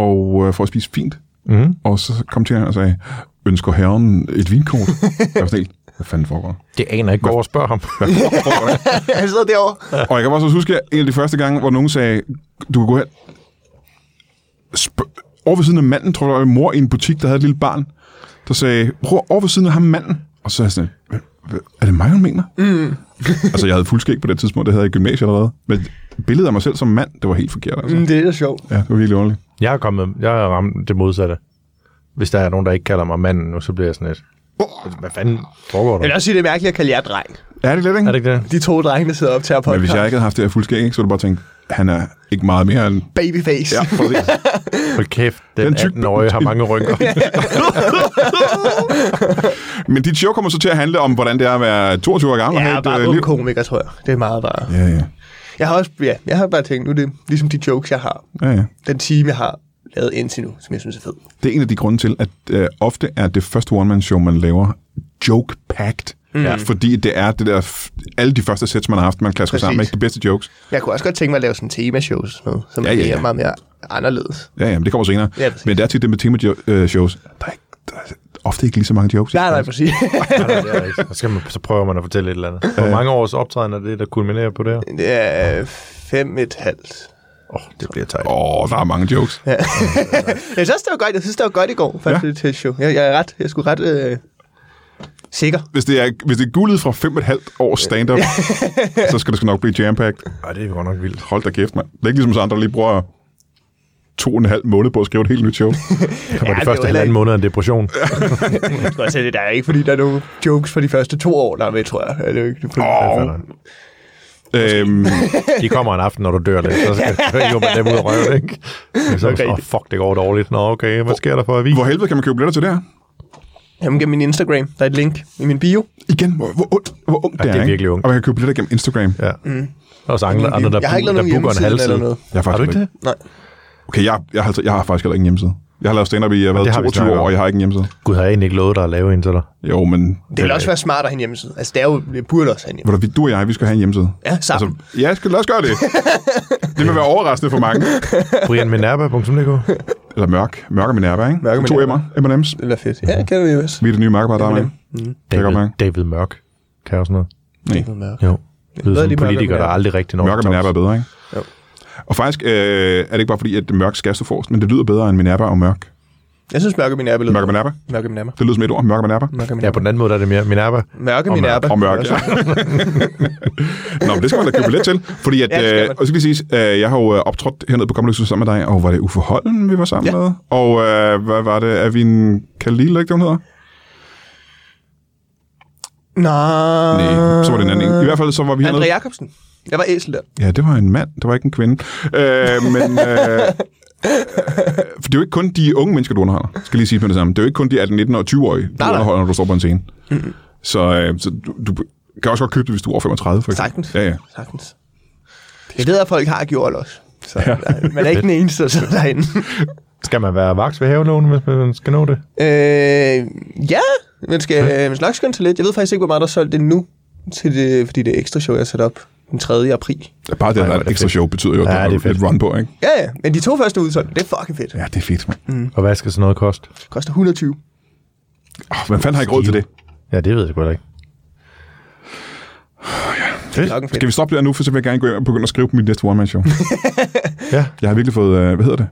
Og øh, for at spise fint.
Mm.
Og så kom til her og sagde, ønsker herren et vinkort? jeg var sådan helt, hvad fanden foregår der?
Det aner jeg ikke. Gå over og spørg ham.
Hvad foregår der?
Han sidder derovre.
Og jeg kan også huske, at en af de første gange, hvor nogen sagde, du kan gå hen. Sp- over ved siden af manden, tror jeg, der var en mor i en butik, der havde et lille barn, der sagde, bror, over ved siden af ham manden. Og så er jeg sådan, "Hvad- hvad- er det mig, hun mener? Mm. altså, jeg havde fuldskæg på det tidspunkt, det havde jeg i gymnasiet allerede. Men billedet af mig selv som mand, det var helt forkert. Altså.
Mm, det er da sjovt.
Ja, det var virkelig ordentligt.
Jeg er kommet, jeg har ramt det modsatte. Hvis der er nogen, der ikke kalder mig manden nu, så bliver jeg sådan lidt... Hvad fanden foregår
Jeg vil
der?
også sige, det er mærkeligt at kalde jer dreng.
Er det lidt, ikke?
Er det ikke det?
De to drenge, der sidder og optager
Men
podcast.
hvis jeg ikke havde haft det her fuldskæg, ikke, så ville jeg bare tænke, han er ikke meget mere end...
Babyface.
Ja, præcis.
Hold kæft, den,
Den
den
tyk-
18-årige har mange rynker.
Men dit show kommer så til at handle om, hvordan det er at være 22 år gammel og
Ja,
have et
bare
øh,
ung
liv.
komiker, tror jeg. Det er meget bare.
Ja, ja.
Jeg har også, ja, jeg har bare tænkt, nu er det ligesom de jokes, jeg har.
ja, ja.
Den time, jeg har lavet indtil nu, som jeg synes er fed.
Det er en af de grunde til, at øh, ofte er det første one-man-show, man laver, joke-packed. Mm. Fordi det er det der, f- alle de første sets, man har haft, man klasker
Præcis.
sammen med de bedste jokes.
Jeg kunne også godt tænke mig at lave sådan temashows, sådan noget, som
Ja,
ja,
ja,
ja,
ja.
er meget mere anderledes.
Ja, ja, men det kommer senere.
Ja, præcis.
men det er tit det med tema-shows. Der er, ikke, der er ofte ikke lige så mange jokes.
Nej, nej, præcis.
så, skal man, så prøver man at fortælle et eller andet. Hvor mange års optræden er det, der kulminerer på det her?
det er øh, fem et halvt.
Åh, oh, det bliver tejt.
Åh, oh, der er mange jokes. Ja.
Jeg synes, det var godt. Jeg synes, det var godt i går, faktisk,
Ja.
ja. det test show. Jeg, jeg er ret, jeg skulle ret øh, sikker.
Hvis, det er, hvis det er guldet fra fem og et halvt års stand-up, så skal det sgu nok blive jam-packed.
Ej, det er godt nok vildt.
Hold da kæft, mand. Det er ikke ligesom os andre, der lige bruger to og en halv måned på at skrive et helt nyt show.
Det var
Ja,
ja, de
det
første
var heller
halvanden
ikke-
måned af en depression.
Jeg skal også sige, det er ikke, fordi der er nogen jokes fra de første to år, der er med, tror jeg. Ja, Det er jo ikke det
Åh. øhm,
De kommer en aften, når du dør lidt, så skal jo man dem ud af røven, ikke? Men Så,
Okay.
okay. oh, fuck, det går dårligt. Nå, okay, hvad sker der for avis?
hvor helvede kan man købe billetter til det her?
Jamen, gennem min Instagram. Der er et link i min bio.
Igen, hvor, hvor, ondt, hvor ungt det er,
det er
ikke?
virkelig ungt.
Og man kan købe billetter gennem Instagram.
Ja. Mm. Der er også andre, andre der,
Jeg har ikke lavet
der
nogen
booker en
hjemmeside
halv side.
eller noget.
Jeg har
Har
faktisk
du ikke det?
Nej.
Okay, jeg, jeg, har, altså- jeg har faktisk heller ingen hjemmeside. Jeg har lavet stand-up i, jeg har
det
været
har vi
22
snakket
år,
om.
og jeg har ikke en hjemmeside.
Gud, har jeg egentlig ikke lovet dig at lave en til dig?
Jo, men
Det ville også være smart at have en hjemmeside. Altså, det, er jo, det burde også have en
ved
hjemmeside.
du, vi- du og jeg, vi skal have en hjemmeside.
Ja, sammen. Altså,
Ja, skal, lad os gøre det. det vil være overraskende for mange.
brianminerva.dk
Eller mørk. Mørk og Minerva, ikke?
Mørk og
to
Minerva.
M'er. M&M's.
det ville være fedt. Ja, det kan vi også.
Vi er det nye mørke bare, der er
M&M.
med. Det kan godt
David,
mærke.
David Mørk. Kan jeg sådan noget?
Nej.
Jo. Det lyder
Hvad er
som en
de
politiker,
Mørk
der
og
aldrig rigtig når.
Mørk og
til
Minerva er
tops.
bedre, ikke?
Jo.
Og faktisk øh, er det ikke bare fordi, at mørk skal stå forrest, men det lyder bedre end Minerva og mørk.
Jeg synes, mørke min ærbe lyder.
Mørk og Minerva.
Mørke min ærbe.
Det lyder som et ord. Mørk og Minerva.
Mørke min
Ja,
ærbe.
på den anden måde er det mere Minerva.
Mørke
Og
min
mørk.
ærbe.
Og mørk, ja. Nå, men det skal man da købe billet til. Fordi at,
Ja, det skal
ja, øh,
man.
og så skal lige sige, øh, jeg har jo øh, optrådt hernede på Comedy Zoo sammen med dig, og var det Uffe Holm, vi var sammen ja.
Ja.
med? Og øh, hvad var det? Er vi en Khalil, ikke det, hun hedder?
Nej.
Nej, så var det en anden en. I hvert fald så var vi hernede.
André Jacobsen. Jeg var æsel der.
Ja, det var en mand, det var ikke en kvinde. Øh, men... Øh, for det er jo ikke kun de unge mennesker, du underholder, skal lige sige med det samme. Det er jo ikke kun de 18, 19 og 20-årige, du
nej.
underholder, når du står på en scene. Mm-hmm. Så, øh, så du, du kan også godt købe det, hvis du er over 35, for eksempel.
Sagtens.
Ja, ja.
Sagtens. Jeg ved, at folk har gjort også. Så ja. man er ikke den eneste, der sidder derinde.
Skal man være vaks ved havelån, hvis man skal nå det?
øh, ja, men skal, man skal nok skynde sig lidt. Jeg ved faktisk ikke, hvor meget der er solgt det nu, til det, fordi det er ekstra show, jeg satte op den 3. april.
Bare det, at
Ej,
der
hvor
er
er
et
det
ekstra
fedt.
show, betyder jo, at
Ja,
ja, der
det
er
er
et
fedt.
run på, ikke?
Ja, ja, men de to første er udsolgt. Det er fucking fedt.
Ja, det er fedt, mand. Mm.
Og hvad skal sådan noget koste?
Koster 120.
Oh, hvem fanden har ikke råd til det?
Ja, det ved jeg godt ikke.
Klokken fedt.
Skal vi stoppe der nu, for så vil jeg gerne gå hjem og begynde at skrive på mit næste one-man-show.
Ja.
jeg har virkelig fået, øh, hvad hedder det?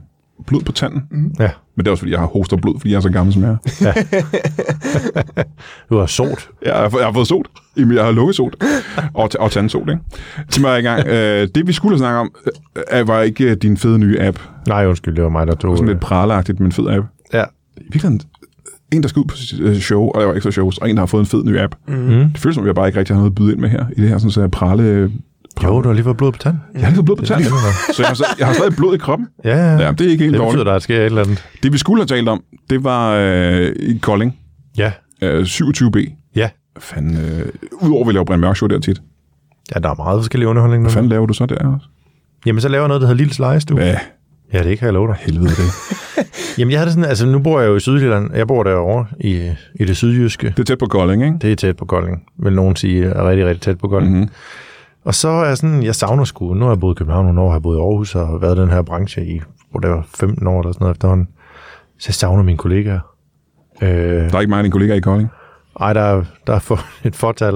Blod på tanden. Mm.
Ja.
Men det er også, fordi jeg har hoster blod, fordi jeg er så gammel, som jeg er.
Du har sot.
Jeg har, fået- jeg har fået sot. Jamen, Jeg har lungesot. Og, t- og tandsot, ikke? Til mig i gang. Øh, det, vi skulle snakke om, øh, var ikke øh, din fede nye app.
Nej, undskyld, det var mig, der tog...
Sådan lidt pralagtigt, men fed app.
Ja.
I virkeligheden, en, der skal ud på sit øh, show, og laver ekstra shows, og en, der har fået en fed ny app. Mm. Det føles som, at jeg bare ikke rigtig har noget at byde ind med her, i det her sådan, så jeg prale...
Jo, du har lige fået blod på tanden.
Jeg har ikke fået blod på tanden. så jeg har, så- jeg har stadig blod i kroppen.
Ja, ja.
Ja,
det,
det er ikke helt
det
dårligt.
betyder, der sker et eller andet.
Det, vi skulle have talt om, det var øh, i Kolding,
Ja.
øh, 27B.
Ja.
Fanden, øh, udover at vi laver Brian Mørk Show der tit. Hvad
Ja, der er meget forskellige underholdning nu.
fanden laver du så der også?
Jamen, så laver jeg noget, der hedder Lille Slice, du.
Ja,
Ja, det kan jeg love dig.
Helvede det.
Jamen, jeg havde det sådan, altså nu bor jeg jo i Sydjylland. Jeg bor derovre i, i det sydjyske.
Det er tæt på Kolding, ikke?
Det er tæt på Kolding, vil nogen sige, er rigtig, rigtig tæt på Kolding.
Mhm.
Mm-hmm. Og så er jeg sådan, jeg savner sgu, nu har jeg boet i København nogle år, har jeg boet i Aarhus og været i den her branche i, hvor det var 15 år eller sådan noget efterhånden. Så jeg savner mine kollegaer. Øh,
Der er ikke mange af dine kollegaer i Kolding.
ej, der er, der er for, et fortal.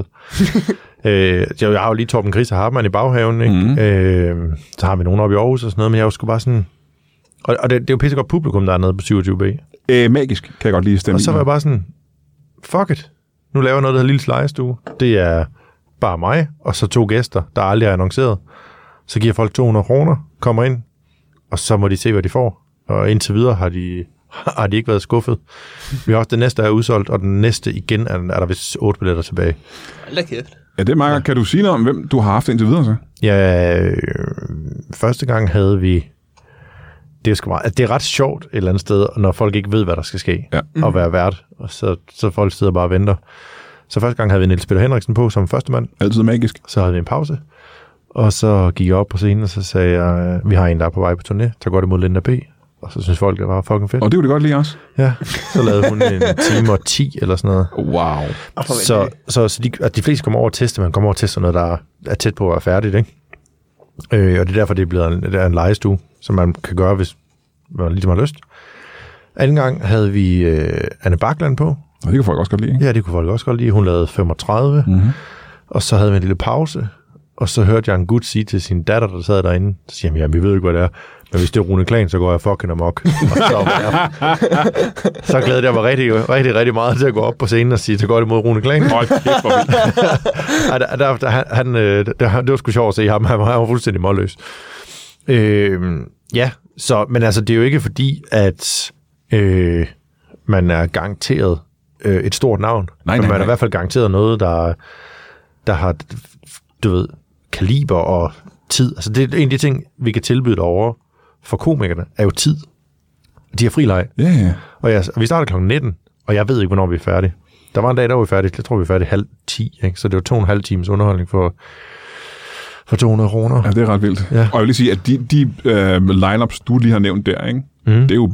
øh, jeg, jeg har jo lige Torben Chris og Hartmann i baghaven, ikke? Mm. Øh, så har vi nogen oppe i Aarhus og sådan noget, men jeg er jo sgu bare sådan... Og, og det, det er jo pissegodt publikum, der er nede på 27B.
Øh, magisk, kan jeg godt lige stemme
Og så
i.
var jeg bare sådan, fuck it. Nu laver jeg noget, der hedder Lille Slejestue. Det er bare mig, og så to gæster, der aldrig er annonceret. Så giver folk 200 kroner, kommer ind, og så må de se, hvad de får. Og indtil videre har de, har de ikke været skuffet. Vi har også den næste, der er udsolgt, og den næste igen er, er der vist otte billetter tilbage.
Hold da kæft.
Ja, det mærker. Kan du sige noget om, hvem du har haft indtil videre så?
Ja, øh, første gang havde vi... Det er, sgu meget, altså, det er ret sjovt et eller andet sted, når folk ikke ved, hvad der skal ske,
Ja.
og være vært, og så, så folk sidder bare og venter. Så første gang havde vi Niels Peter Henriksen på som første mand,
Altid magisk.
så havde vi en pause, og så gik jeg op på scenen, og så sagde jeg, øh, vi har en, der er på vej på turné, tag godt imod Linda B., og så synes folk, det var fucking fedt.
Og det kunne det godt lide også.
Ja, så lavede hun en time og 10 eller sådan noget.
Wow.
Så, så, så de, at de fleste kommer over at teste, man kommer over at teste noget, der er- er tæt på at være færdigt, ikke? Øh, og det er derfor, det er blevet en, det er en legestue, som man kan gøre, hvis man ligesom har lyst. Anden gang havde vi øh, Anne Bakland på.
Og det kan folk også godt lide, ikke?
Ja, det kunne folk også godt lide. Hun lavede 35. Mm-hmm. Og så havde vi en lille pause. Og så hørte jeg en gut sige til sin datter, der sad derinde, så siger han, jamen, vi ved ikke, hvad det er, men hvis det er Rune Klan, så går jeg fucking amok. Og så, var jeg, så glædede jeg mig rigtig, rigtig, rigtig meget til at gå op på scenen og sige, så går det mod Rune Klan.
Hold kæft, hvor vildt.
Ej, der, der, der, han, han, øh, det, han- det var sgu sjovt at se ham. Han var, han var fuldstændig målløs. Øh, ja, så, men altså, det er jo ikke fordi, at øh, man er garanteret øh, et stort navn.
Nej,
men
nej,
man er
nej.
i hvert fald garanteret noget, der, der har, du ved, kaliber og tid. Altså, det er en af de ting, vi kan tilbyde derovre for komikerne, er jo tid. De har fri leg.
Ja, ja.
Og, jeg, og vi starter kl. 19, og jeg ved ikke, hvornår vi er færdige. Der var en dag, der var vi færdige. Jeg tror, vi var færdige halv 10, ikke? så det var to og en halv times underholdning for, for 200 kroner.
ja det er ret vildt.
Ja.
Og jeg vil lige sige, at de, de øh, lineups, du lige har nævnt der, ikke?
Mhm.
Mm. det er jo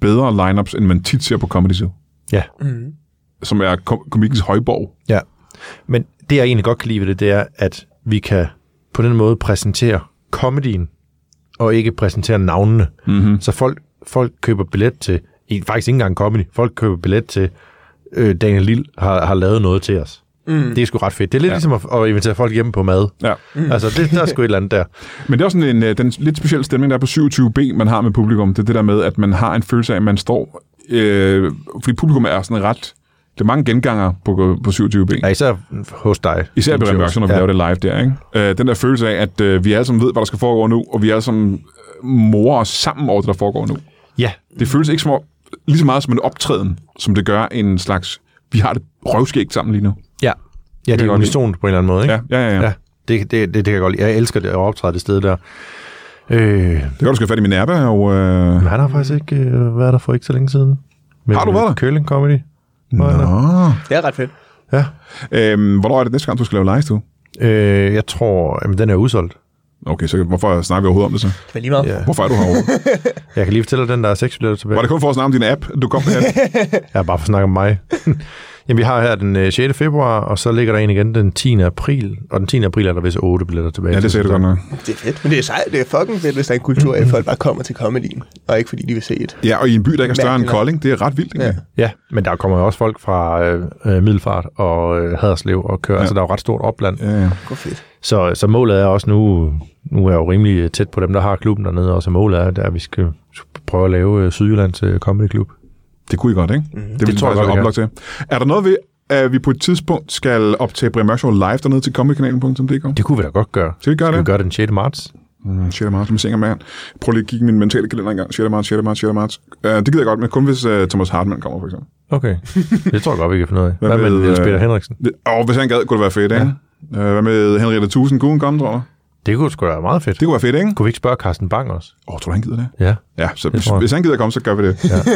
bedre lineups, end man tit ser på Comedy Zoo,
Ja.
som er kom- komikens højborg.
Mm. ja. Men det, jeg egentlig godt kan lide ved det, det er, at vi kan på den måde præsentere komedien, og ikke præsentere navnene. Mm-hmm. Så folk, folk køber billet til, i- faktisk ikke engang comedy, folk køber billet til, øh, Daniel Lille har, har lavet noget til os. Mm. Det er sgu ret fedt. Det er lidt ja. ligesom at, at invitere folk hjemme på mad.
Ja.
Mm. Altså, det, der er sgu et eller andet der.
Men det er også sådan en, øh, den lidt speciel stemning, der er på 27B, man har med publikum. Det er det der med, at man har en følelse af, at man står... Øh, fordi publikum er sådan ret... Det er mange genganger på, på 27B.
Ja, især hos dig.
Især
Din
Brian
shows.
Mørk, når vi
ja.
laver det live der, ikke? Øh, den der følelse af, at øh, vi alle sammen ved, hvad der skal foregå nu, og vi alle sammen øh, morer os sammen over det, der foregår nu.
Ja,
Det føles ikke som, om- lige så meget som en optræden, som det gør en slags, vi har det røvskægt sammen lige nu.
ja. ja det
jeg
er
godt
unison på en eller anden måde, ikke?
Ja, ja, ja. ja. ja.
ja. Det, det, det, det kan jeg godt lide. Jeg elsker det at optræde det sted der. Øh,
Det kan du skal have fat i min app, og... Øh...
men han har faktisk ikke øh, været der for ikke så længe siden. Med
Har du været der?
Køling Comedy. Nå.
Nå.
Det er ret fedt.
Ja.
Øhm, hvornår er det næste gang, du skal lave live, du?
Øh, jeg tror, jamen, den er udsolgt.
Okay, så hvorfor snakker vi overhovedet om det så?
Det er lige meget.
Ja.
Hvorfor er du herovre?
Jeg kan lige fortælle dig, den der er seks billetter tilbage.
Var det kun for at snakke om din app, du kom med?
Jeg har bare for at snakke om mig. jamen, vi har her den øh, 6. februar, og så ligger der en igen den 10. april. Og den 10. april er der vist otte billetter tilbage.
Ja, det sagde du godt nok.
Det er fedt. Men det er sejt. Det er fucking fedt, hvis der er en kultur af, at folk bare kommer til comedyen. Og ikke fordi de vil se et.
Ja, og i en by, der ikke er større end
Mærkeligt.
Kolding, det er ret vildt, ikke?
Ja, men der kommer jo også folk fra øh, øh, Middelfart og øh, Haderslev og kører. Ja. Altså, der er jo ret stort opland. Ja.
Ja, ja.
Hvor fedt.
Så, så målet er også nu, nu er jeg jo rimelig øh, tæt på dem, der har klubben dernede, og så målet er, at vi skal prøve at lave øh, Sydjyllands øh, Comedy Klub.
Det kunne I godt, ikke? Mm. Det, ville
tror jeg
faktisk være
godt,
oplagt til. Er der noget ved, at vi på et tidspunkt skal optage Brian Mørk Show live dernede til comedykanalen.dk?
Det kunne vi da godt gøre.
Skal vi gøre
Skal vi
det?
gøre det den 6. marts?
Mm, 6. marts, med Singer mand. Prøv lige at kigge min mentale kalender engang. 6. marts, 6. marts, 6. marts. Uh, det gider jeg godt, men kun hvis uh, Thomas Hartmann kommer, for eksempel.
Okay. det tror jeg godt, vi kan finde ud af.
Hvad
Hvad med
med,
Niels Peter
øh,
Henriksen?
Det, og hvis han gad, kunne det være fedt, ikke? Ja. Uh, hvad med Henriette Tusind? Kunne hun komme, tror du?
Det kunne sgu da være meget fedt.
Det kunne være fedt, ikke?
Kunne vi ikke spørge Carsten Bang også?
Åh, oh, tror du, han gider det?
Ja.
Ja, så
Det
hvis,
tror jeg.
hvis han gider komme, så gør vi det. Åh, ja.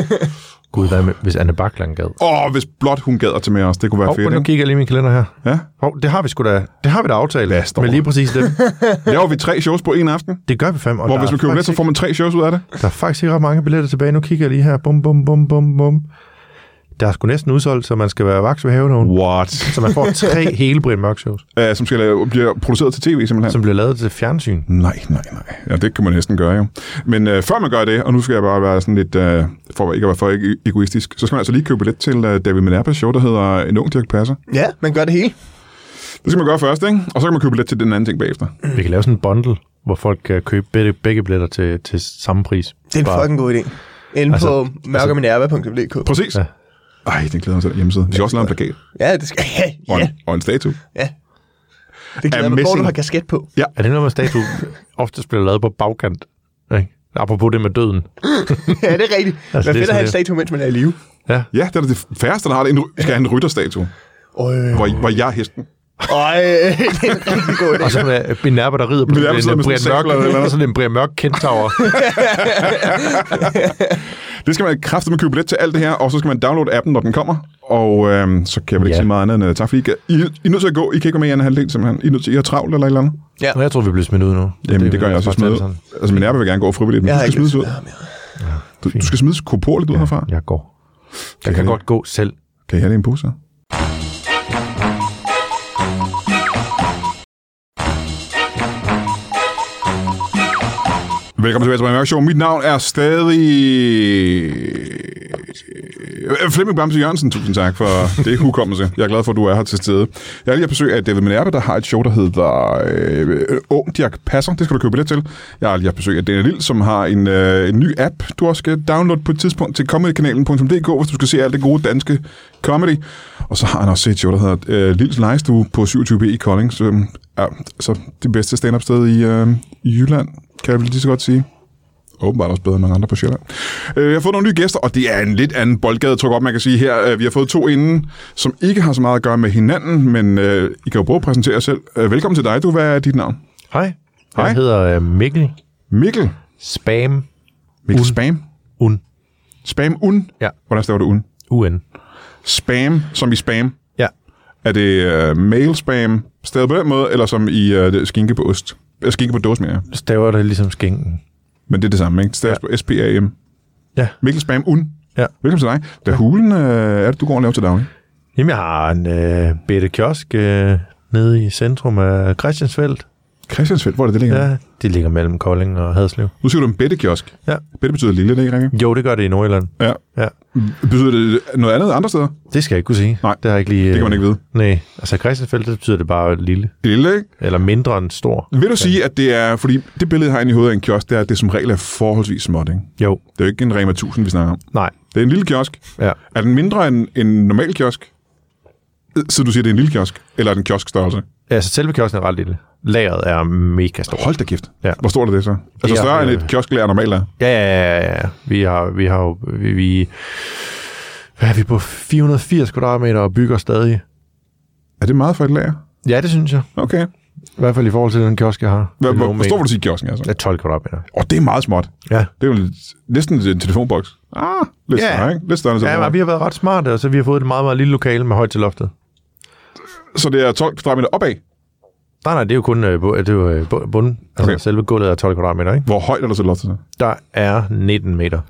Gud, hvad med, hvis Anne Bakland gad?
oh, hvis blot hun gader til med os, det kunne være
Hov,
oh, fedt,
men nu
ikke?
kigger jeg lige i min kalender her.
Ja.
Hov, det har vi sgu da, det har vi da aftalt.
Hvad står
Men
der?
lige præcis det,
Laver vi tre shows på en aften?
det gør vi fandme. Og
Hvor
der
hvis
er
man køber
faktisk
lidt, så
ikke-
får man tre shows ud af det.
Der er faktisk ikke ret mange billetter tilbage. Nu kigger jeg lige her. Bum, bum, bum, bum, bum. Der er sgu næsten udsolgt, så man skal være vaks ved havenåen.
What?
Så man får tre hele Brian Mørk shows,
Uh, som skal lave, bliver produceret til tv, simpelthen.
som bliver lavet til fjernsyn.
Nej, nej, nej. Ja, det kan man næsten gøre, jo. Men øh, før man gør det, og nu skal jeg bare være sådan lidt, øh, for ikke at være for ego- egoistisk, så skal man altså lige købe billet til øh, David Minerpas show, der hedder En ung Dirk Passer.
Ja, man gør det hele.
Det skal man gøre først, ikke? Og så kan man købe billet til den anden ting bagefter.
Vi kan lave sådan en bundle, hvor folk kan købe begge, begge billetter til, til samme pris.
Det er en fucking god idé. Inde
Altså-
altså, på mørkerminerva.dk.
Præcis.
Ja.
Ja. Ej, den glæder mig til den hjemmeside. Vi skal også lave en plakat
Ja, det skal ja,
og en,
ja,
og en statue.
ja. Det glæder mig, hvor
Amazing.
du har kasket på.
Er det noget med at statue? Oftest bliver lavet på bagkant. Ikke? Apropos det med døden.
ja, det er rigtigt. Altså,
det er
man fedt at
sådan
have en
lidt-
statue, mens man er i live.
Ja.
Ja, det er da det færreste, der har det. En, ry- skal have en rytterstatue,
Øj,
hvor, hvor jeg er hesten.
øj, det er en rigtig god idé.
Og så med Minerva, der rider på
Minerva sidder
en,
med sådan
en, Brian
en
Mørk,
sabler eller noget.
sådan en Brian Mørk kentaur.
Det skal man kraftigt med købe billet til alt det her, og så skal man downloade appen, når den kommer. Og øhm, så kan jeg vel ikke
Ja.
sige meget andet end øh, tak, fordi I, gad- I, I er nødt til at gå. I kan ikke være med i anden halvdel, simpelthen. I er nødt til, I har travlt eller et eller andet.
Nå, jeg tror, vi bliver smidt ud nu.
Jamen, det, det gør jeg også. Jeg smider.
sådan.
Altså, min ærbe vil gerne gå frivilligt, men
Jeg
du
har
skal
ikke
smides ud.
Ja, men-
Du, du skal smides korporligt ud herfra.
Jeg går. Jeg
jeg
kan godt gå selv.
Kan I have det i en pose? Velkommen tilbage til Brian Mørk Show. Mit navn er stadig... Øh, Flemming Bamse Jørgensen, tusind tak for det hukommelse. Jeg er glad for, at du er her til stede. Jeg har lige haft besøg af David Minerva, der har et show, der hedder øh, Ung Dirk Passer. Det skal du købe billet til. Jeg har lige haft besøg af Daniel Lille, som har en, øh, en ny app, du også skal downloade på et tidspunkt til comedykanalen.dk, hvis du skal se alt det gode danske comedy. Og så har han også set et show, der hedder øh, Lilles Lejestue på 27B i Kolding. Så, øh, ja, så det bedste stand-up sted i, øh, i Jylland, kan jeg vel lige så godt sige åbenbart også bedre end mange andre på Sjælland. Øh, jeg har fået nogle nye gæster, og det er en lidt anden boldgade, tror jeg godt, man kan sige her. Øh, vi har fået to inden, som ikke har så meget at gøre med hinanden, men øh, I kan jo prøve at præsentere jer selv. Øh, velkommen til dig, du. Hvad er dit navn?
Hej.
Hej.
Jeg hedder øh, Mikkel
Mikkel.
Spam
Mikkel Un. Spam.
Un.
Spam Un.
Ja.
Hvordan står det Un?
UN.
Spam, som i spam.
Ja.
Er det øh, mail spam, stadig på den måde, eller som i øh, det- skinke på ost? Øh, Skinke på dåse, mener jeg.
Staver det ligesom skinken.
Men det er det samme, ikke? Stadig på S-P-A-M.
Ja.
Mikkel Spam Un.
Ja.
Velkommen til dig. Hvad hulen øh, er det, du går og laver til daglig?
Jamen, jeg har en øh, bitte kiosk øh, nede i centrum af Christiansfeldt.
Christiansfeldt, hvor er det, det ligger?
Ja. Det ligger mellem Kolding og Hadslev.
Nu siger du en bættekiosk.
Ja.
Bætte betyder lille, det er ikke rigtigt?
Jo, det gør det i Nordjylland.
Ja.
Ja.
Betyder det noget andet andre steder?
Det skal jeg ikke kunne sige.
Nej,
det har jeg ikke lige... øh,
Det kan man ikke vide.
Nej, altså Christiansfeldt, det betyder det bare lille.
Lille, ikke?
Eller mindre end stor.
Vil du sige, at det er... Fordi det billede, jeg har inde i hovedet af en kiosk, det er, at det som regel er forholdsvis småt, ikke?
Jo,
Det er jo ikke en Rema 1000, vi snakker om.
nej.
Det er en lille kiosk.
Ja.
Er den mindre end en normal kiosk? Øh, Så du siger, det er en lille kiosk? Eller er den kioskstørrelse?
Altså, selve kiosken er ret lille. Lageret er mega stort.
Hold da kæft.
Ja.
Hvor stort er det så? Altså
Det er-
større end et kiosklager normalt er?
Ja, ja, ja, ja. Vi har, vi har jo, vi, vi, hvad er vi på 480 kvadratmeter og bygger stadig.
Er det meget for et lager?
Ja, det synes jeg.
Okay.
I hvert fald i forhold til den kiosk, jeg har.
Hvor,
Det er
hvor,
nogen
hvor stor
meter.
vil du sige kiosken er så?
Ja, 12 kvadratmeter.
Åh, det er meget småt.
Ja.
Det er jo lidt- næsten en telefonboks. Ah, lidt
Ja.
større, ikke? Lidt større end
Ja,
telefonboks.
men vi har været ret smarte, og så vi har fået et meget, meget lille lokale med højt til loftet.
Så det er 12 kvadratmeter opad.
Nej, nej, det er jo kun øh, bu- det er jo, øh, bu- bunden. Altså,
Okay.
okay. selve gulvet er 12 kvadratmeter, ikke?
Hvor højt er der så loftet så?
Der er 19 meter.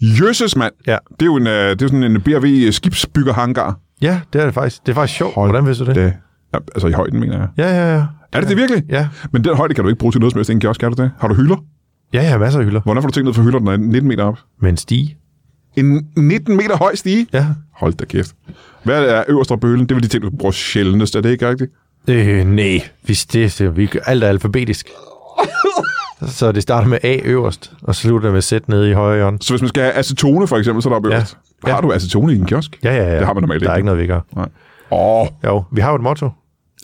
Jøsses, mand!
Ja.
Det er jo en, øh, det er sådan en BRV skibsbyggerhangar.
Ja, det er det faktisk. Det er faktisk sjovt. Hvordan vidste du det?
Det, ja, altså i højden, mener jeg.
Ja, ja, ja.
Er det det virkelig?
Ja,
Men den højde kan du ikke bruge til noget som helst i en kiosk, kan du det? Har du hylder?
ja, jeg har masser af hylder.
Hvordan får du ting ned for hylder, når den er 19 meter op?
Med en stige.
En 19 meter høj stige?
Ja.
Hold da kæft. Hvad er øverst på bølen? Det er vel de ting, du bruger sjældnest, er det ikke rigtigt?
Øh, nej. Vi, det, det, vi, gør- alt er alfabetisk. så det starter med A øverst, og slutter med Z nede i højre hjørne.
Så hvis man skal have acetone, for eksempel, så er der oppe
Ja.
øverst.
Ja.
Har du acetone i en kiosk?
Ja, ja, ja.
Det har man normalt
Der er
ikke.
ikke noget, vi gør.
Nej. Åh, oh,
Jo, vi har jo et motto.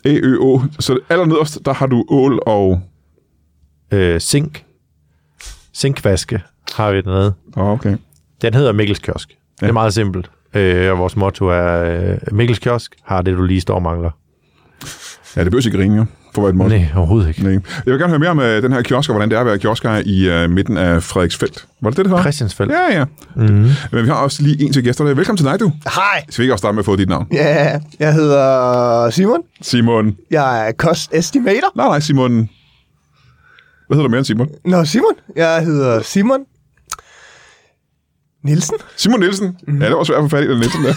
E, Ø, Å. Så allernederst, der har du ål og...
Øh, sink. Sinkvaske har vi dernede.
Åh, oh, okay.
Den hedder Mikkels Kiosk. Ja. Det er meget simpelt. Øh, og vores motto er, øh, Mikkels Kiosk har det, du lige står og mangler.
Ja, det behøver ikke grine, jo. for at være et monster.
Nej, overhovedet ikke.
Nej. Jeg vil gerne høre mere om øh, den her kiosk, og hvordan det er at være kiosker i øh, midten af Frederiksfeldt. Var det det, det var?
Christiansfeld. Ja.
Ja, ja. Mm-hmm. Men vi har også lige en til gæsterne. Velkommen til dig, du.
Hej!
Skal vi ikke også starte med at få dit navn?
Ja, jeg hedder Simon.
Simon.
Jeg er cost estimator.
Nej, nej, Simon. Hvad hedder du mere end Simon?
Nå, Simon. Jeg hedder Simon. Nielsen?
Simon Nielsen. Mm. Ja, det var svært at få fat i den Nielsen der.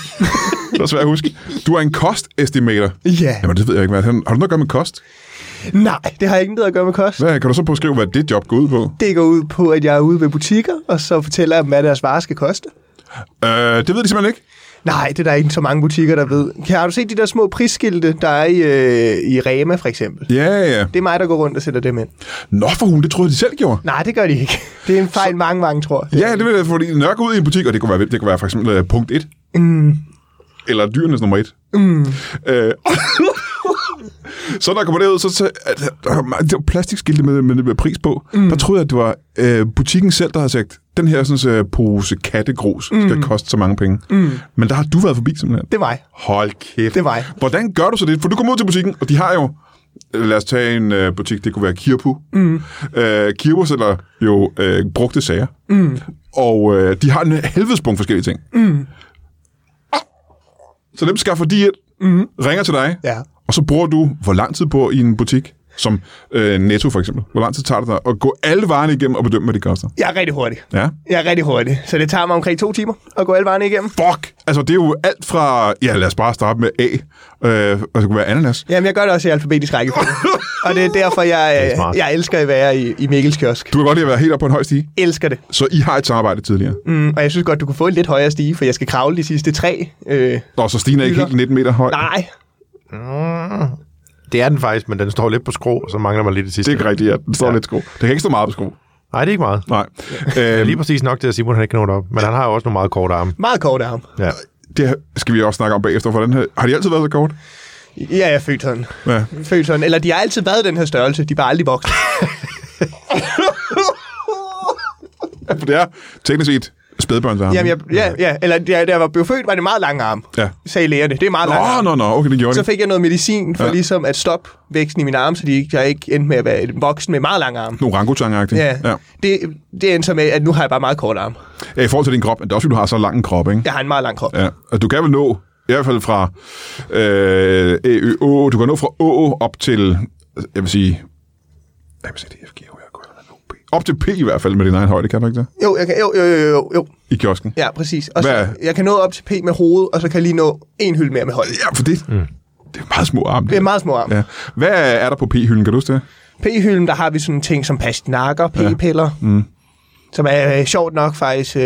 det var svært at huske. Du er en kostestimator.
Ja.
Jamen, det ved jeg ikke, hvad han... Har du noget at gøre med kost?
Nej, det har ikke noget at gøre med kost.
Hvad, kan du så beskrive, hvad dit job går ud på?
Det går ud på, at jeg er ude ved butikker, og så fortæller jeg dem, hvad deres varer skal koste.
Øh, det ved de simpelthen ikke.
Nej, det er der ikke så mange butikker, der ved. Kan, har du set de der små prisskilte, der er i, øh, i Rema for eksempel?
Ja, ja.
Det er mig, der går rundt og sætter dem ind.
Nå for hun, det troede jeg, de selv gjorde.
Nej, det gør de ikke. Det er en fejl, mange, mange tror.
Ja, det vil jeg, fordi når jeg går ud i en butik, og det kunne være, det kunne være for eksempel øh, punkt 1. Mm. Eller dyrenes nummer 1. Mm. Øh, så når jeg kommer derud, så, så at, der var mange- det var plastikskilte med, med, med pris på. Mm. Der troede jeg, at det var øh, butikken selv, der havde sagt, den her sådan, øh, pose kattegrus mm. skal koste så mange penge. Mm. Men der har du været forbi simpelthen.
Det er mig.
Hold kæft.
Det er mig.
Hvordan gør du så det? For du kommer ud til butikken, og de har jo... Lad os tage en øh, butik, det kunne være Kirpu. Mm. Øh, Kirpu sælger jo øh, brugte sager. Mm. Og øh, de har en helvedes bunke forskellige ting. Mm. Så dem skaffer de ind, mm. ringer til dig,
Ja.
og så bruger du hvor lang tid på i en butik, som øh, Netto for eksempel. Hvor lang tid tager det dig at gå alle varerne igennem og bedømme, hvad de koster?
Jeg er rigtig hurtig.
Ja.
Jeg er rigtig hurtig. Så det tager mig omkring to timer at gå alle varerne igennem.
Fuck! Altså, det er jo alt fra... Ja, lad os bare starte med A, øh, og så kunne være ananas.
Jamen, jeg gør det også i alfabetisk rækkefølge. og det er derfor, jeg, øh,
er smart.
jeg elsker at være i, i Mikkels kiosk.
Du kan godt lide at være helt oppe på en høj stige.
Elsker det.
Så I har et samarbejde tidligere.
Mm, og jeg synes godt, du kunne få en lidt højere stige, for jeg skal kravle de sidste tre. Øh,
Nå, så stigen er ikke
Hylder.
helt 19 meter høj.
nej,
Det er den faktisk, men den står lidt på skrå, og så mangler man lidt det
Det
sidste.
er ikke rigtigt, ja. Den står ja. lidt skro. Det kan ikke stå meget på skro.
Nej, det er ikke meget.
Nej. Ja.
Lige
Øhm,
præcis nok til, at Simon han ikke kan nå det op. Men han har jo også nogle meget korte arme.
meget kort arm.
Ja.
det skal vi også snakke om bagefter. Hvordan, har har de altid været så kort?
Ja, jeg er født sådan.
Ja.
Født sådan. Eller de har altid været den her størrelse, de er bare aldrig vokset.
Ja, For det er teknisk set spædbørnsarme.
Jamen, jeg, ja, ja, eller da jeg- da jeg var blevet født, var det meget lang arm,
Ja.
sagde lægerne. Det er meget lang
Nå,
arm.
nå, nå, okay, det gjorde
Så
det.
fik jeg noget medicin for
Ja.
ja. ligesom at stoppe væksten i min arm, så de ikke, jeg ikke endte med at være en voksen med meget lang arm.
Nogle rangotang-agtige.
Ja.
ja.
ja. Det, det endte så med, at nu har jeg bare meget kort arm.
ja. I forhold til din krop, men det er også, fordi du har så lang en krop, ikke?
Jeg har en meget lang krop. Ja.
Ja. Og du kan vel nå, i hvert fald fra øh, Æ, Ø, Å, du kan nå fra Å op til, jeg vil sige, jeg vil sige, det er FG, jeg går op til P i hvert fald med din egen højde, kan du ikke det?
Jo, jeg kan, jo, jo, jo, jo, jo.
I kiosken.
Ja, præcis. Og
Hvad?
så, jeg kan nå op til P med hovedet, og så kan jeg lige nå en hylde mere med hånden.
Ja, for det, mm. det er meget små arme.
Det er meget små arm.
Ja. Hvad er der på P-hylden, kan du huske det?
P-hylden, der har vi sådan ting som pastinakker, p-piller, ja. mm. som er øh, sjovt nok faktisk øh,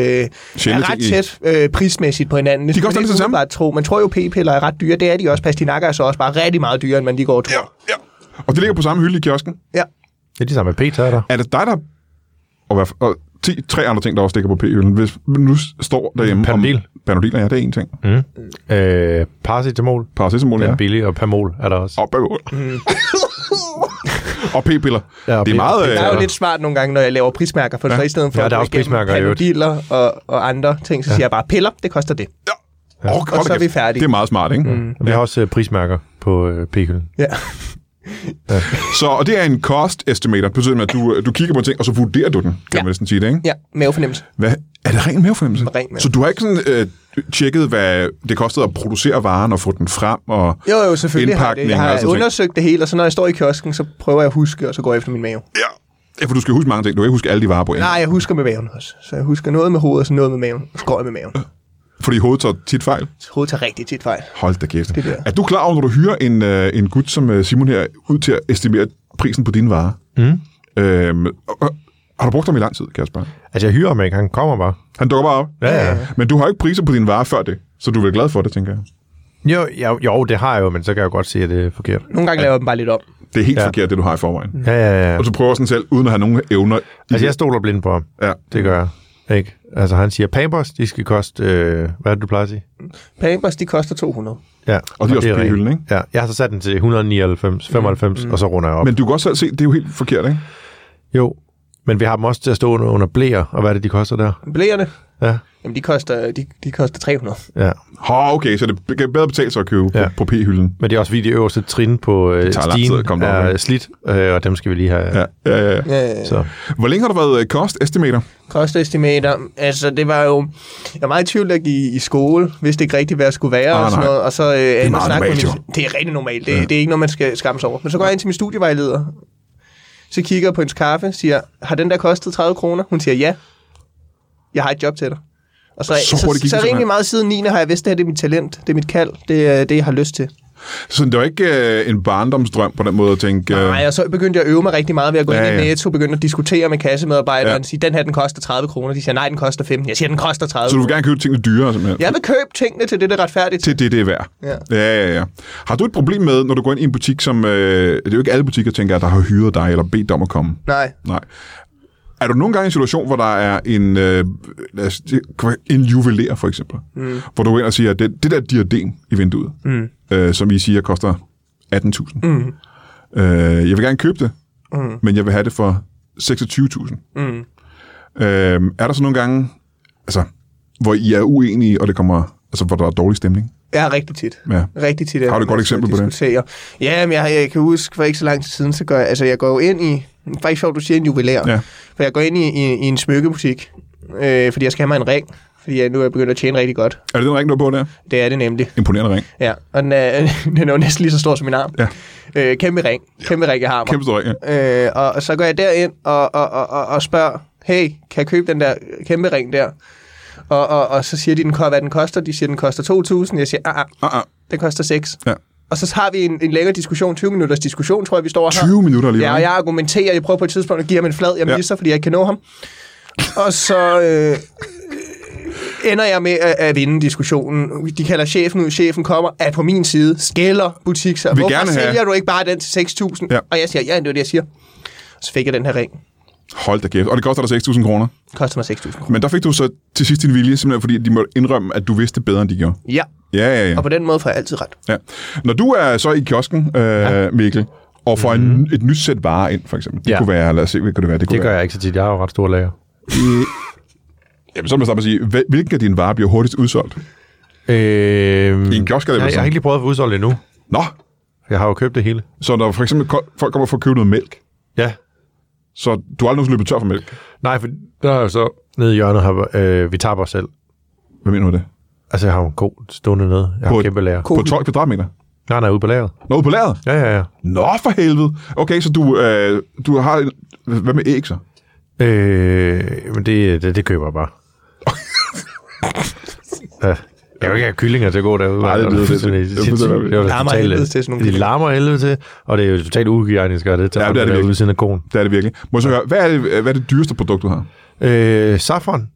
ting
er ret
i-
tæt øh, prismæssigt på hinanden. Det
koster
skulle man
næsten
ikke
det samme.
umiddelbart Tro. Man tror jo, p-piller er ret dyre. Det er de også. Pastinakker er så også bare rigtig meget dyrere, end man lige går og tror.
ja. Og det ligger på samme hylde i kiosken.
Ja.
Det er de samme Peter der.
Er det dig, der... Og, hvad, og ti, tre andre ting, der også ligger på P-hylden. Hvis man nu s- står derhjemme...
Panodil.
Om, panodil, ja, det er en ting. Mm.
Øh, paracetamol.
Paracetamol,
Den
ja.
er billig, og Pamol er der også.
Og bagud. og p-piller.
Mm. Ja, og
det er
p-
meget...
p-
Øh,
Der er jo
Ja.
lidt smart nogle gange, når jeg laver prismærker, for ja. i stedet for
Ja, der er
at
også
gå igennem
prismærker i øvrigt.
panodiler og, og andre ting, så ja. siger jeg bare, piller, det koster det.
ja. oh,
så er vi færdige.
Det er meget smart, ikke? Mm.
Vi har også øh, prismærker på øh, p-hylden.
Ja.
Så, og det er en cost estimator. Det betyder, at du, du kigger på en ting, og så vurderer du den, kan ja.
Ja.
man næsten sige det, ikke?
ja, mavefornemmelse.
Hvad? Er det ren mavefornemmelse?
Ren mavefornemmelse.
Så du har ikke sådan, øh, tjekket, hvad det kostede at producere varen og få den frem? Og...
Jo, jo, selvfølgelig har jeg det.
Indpakning
Jeg
og
har
altså.
sådan ting.
undersøgt det hele, og så når jeg står i kiosken, så prøver jeg at huske, og så går jeg efter min mave.
Ja. ja, for du skal huske mange ting. Du kan ikke huske alle de varer på en.
Nej, jeg husker med maven også. Så jeg husker noget med hovedet, og så noget med maven. Så går jeg med maven.
Fordi hovedet tager tit fejl.
Hovedet tager rigtig tit fejl.
Hold da kæft.
Det der.
Er du klar over, når du hyrer en, øh, en gut som øh, Simon her, ud til at estimere prisen på dine varer? Mm. Øhm, og, og, har du brugt ham i lang tid, Kasper?
Altså, jeg hyrer mig ikke. Han kommer bare.
Han dukker bare op.
Ja, ja.
Men du har ikke priser på dine varer før det, så du er vel glad for det, tænker jeg.
Jo, jo, jo, det har jeg jo, men så kan jeg jo godt se, at det er forkert.
Nogle gange laver jeg dem bare lidt om.
Det er helt ja.
Ja.
forkert, det du har i forvejen. Ja.
Ja, ja, ja.
Og du prøver sådan selv, uden at have nogen evner. i
Altså, jeg
det.
stoler blind på ham.
ja.
Det gør jeg. Ikke? Altså, han siger, Pampers, de skal koste... Øh, hvad er det, du plejer at sige?
Pampers, de koster 200.
Ja,
Og de er også på
rigtigt.
hylden, ikke?
Ja, jeg har så sat den til 199, 95, mm. og så runder jeg op. Men,
Men du kan godt selv se, det er jo helt forkert, ikke?
jo, men vi har dem også til at stå under, under blæer, og hvad er det, de koster der?
Blæerne,
Ja,
Jamen, de koster, de, de koster 300.
ja.
Hå, okay, så det kan bedre betale sig at købe ja.
Ja.
på, på P-hylden.
Men det er også fordi, de øverste trin på
tager
øh,
lang tid at
stigen
komme derop,
er
ikke?
slidt, øh, og dem skal vi lige have.
Ja, ja, ja. ja.
Øh,
Så.
Hvor længe har du været øh, kostestimator?
kostestimater. Altså, det var jo... Jeg var meget i tvivl, da jeg gik i skole, vidste ikke rigtigt, hvad jeg skulle være
Ah,
ah,
nej.
og sådan noget. Og så, øh, det
meget normalt,
Det er rigtig normalt. Det, ja. det er ikke noget, man skal skamme sig over. Men så går jeg ind til min studievejleder, så kigger jeg på hendes kaffe, siger, har den der kostet 30 kroner? Hun siger, ja. Jeg har et job til dig. Og så,
Så
så,
hurtigt
så,
gik
så
det simpelthen.
rimelig meget siden 9. har jeg vidst, det her det er mit talent, det er mit kald, det er det, jeg har lyst til.
Så det var ikke øh, en barndomsdrøm på den måde at tænke... Øh,
Nej, og så begyndte jeg at øve mig rigtig meget ved at gå
Ja,
ja, ind i
ja.
Netto, begyndte at diskutere med kassemedarbejderen,
Ja.
ja. sige, den her den koster 30 kroner. De siger, nej, den koster 15. Jeg siger, den koster 30
så du vil gerne købe tingene dyrere, simpelthen?
Jeg vil købe tingene til det, der er retfærdigt.
Til det, det er værd.
Ja.
ja, ja, ja. Har du et problem med, når du går ind i en butik, som... Øh, det er jo ikke alle butikker, tænker jeg, der har hyret dig eller bedt dig om at komme.
Nej.
Nej. Er du nogle gange i en situation, hvor der er en, øh, lad os, det kan være en juveler, for eksempel, mm. hvor du går ind og siger, at det, det der diadem i vinduet, mm. øh, som I siger koster 18.000, mm. øh, jeg vil gerne købe det, mm. men jeg vil have det for 26.000. Mm. Øh, er der så nogle gange, altså, hvor I er uenige, og det kommer, altså, hvor der er dårlig stemning?
Ja, rigtig tit.
Ja.
Rigtig tit.
Har du et godt eksempel på det?
det? Ja, men jeg, jeg kan huske, for ikke så lang tid siden, så går jeg, altså, jeg går jo ind i... Faktisk sjovt, du siger en juvelær.
Ja.
For jeg går ind i, i, i en smykkebutik, øh, fordi jeg skal have mig en ring. Fordi jeg, nu er jeg begyndt at tjene rigtig godt.
Er det den ring, du har på der?
Det er det nemlig.
Imponerende ring.
Ja, og den er, den er jo næsten lige så stor som min arm.
Ja.
Øh, kæmpe ring. Kæmpe ring, jeg har mig.
Kæmpe stor ring, ja.
Øh, og, og så går jeg derind og, og, og, og, og spørger, hey, kan jeg købe den der kæmpe ring der? Og, og, og så siger de, den, ko- hvad den koster. De siger, den koster 2.000. Jeg siger, ah, ah,
Ah, ah.
den koster 6.
Ja.
Og så har vi en, en længere diskussion, 20 minutters diskussion, tror jeg, vi står her.
20 minutter lige.
Ja, og jeg argumenterer, jeg prøver på et tidspunkt at give ham en flad, jeg
Ja.
ja. misser, fordi jeg ikke kan nå ham. Og så øh, ender jeg med at, at vinde diskussionen. De kalder chefen ud, chefen kommer, er på min side, skælder butik sig.
Vil
Hvorfor
gerne have-
sælger du ikke bare den til 6.000?
Ja.
Og jeg siger, ja, det er det, jeg siger. Så fik jeg den her ring.
Hold da kæft. Og det koster dig 6.000 kroner.
Koster mig 6.000 kroner.
Men der fik du så til sidst din vilje, simpelthen fordi de måtte indrømme, at du vidste bedre, end de gjorde.
Ja,
Ja, ja, ja.
og på den måde får jeg altid ret.
ja. Når du er så i kiosken, øh, ja. Mikkel, og får mm-hmm. en, et nyt sæt varer ind, for eksempel. Det ja.
Ja.
kunne være, lad os se, hvad kunne det være? kunne
Det gør
være.
jeg ikke så tit. Jeg har jo ret store lager.
Jamen, så må man starte med at sige, hvil- hvilken af dine varer bliver hurtigst udsolgt?
Øh,
I en kiosk er det vel
jeg, jeg har
sådan.
ikke lige prøvet at få udsolgt endnu.
Nå,
Jeg har jo købt det hele.
så når for eksempel ko- folk kommer for at købe noget mælk,
Ja.
så du har aldrig nogensinde løbet tør for mælk.
Nej, for der er jo så nede i hjørnet, har, øh, vi tapper os selv.
Hvad mener du med det?
Altså, jeg har jo en god stående nede. Jeg
På
har en
et-
kæmpe lager.
På 12 kvadratmeter?
Nej, nej, ude på lageret.
Nå, ude på lageret?
Ja, ja, ja.
Nå, for helvede. Okay, så du, øh, du har... En, hvad med æg så?
Øh, men det, det, det køber jeg bare. ja. Jeg kan jo ikke have kyllinger til at gå derude.
Nej, det lyder lidt-
fuldstændig
det lyder
sindssygt.
lidt-
Det er jo
Larmer
totalt-
helvede til sådan nogle
De
kyllinger.
larmer af helvede til, og det er jo totalt uhygienisk, og det
Ja,
tager
det er det
ja, det
virkelig.
ude siden af koen.
Det er det virkelig. Må jeg så høre, hvad er det, hvad er det dyreste produkt, du har?
Øh, safran.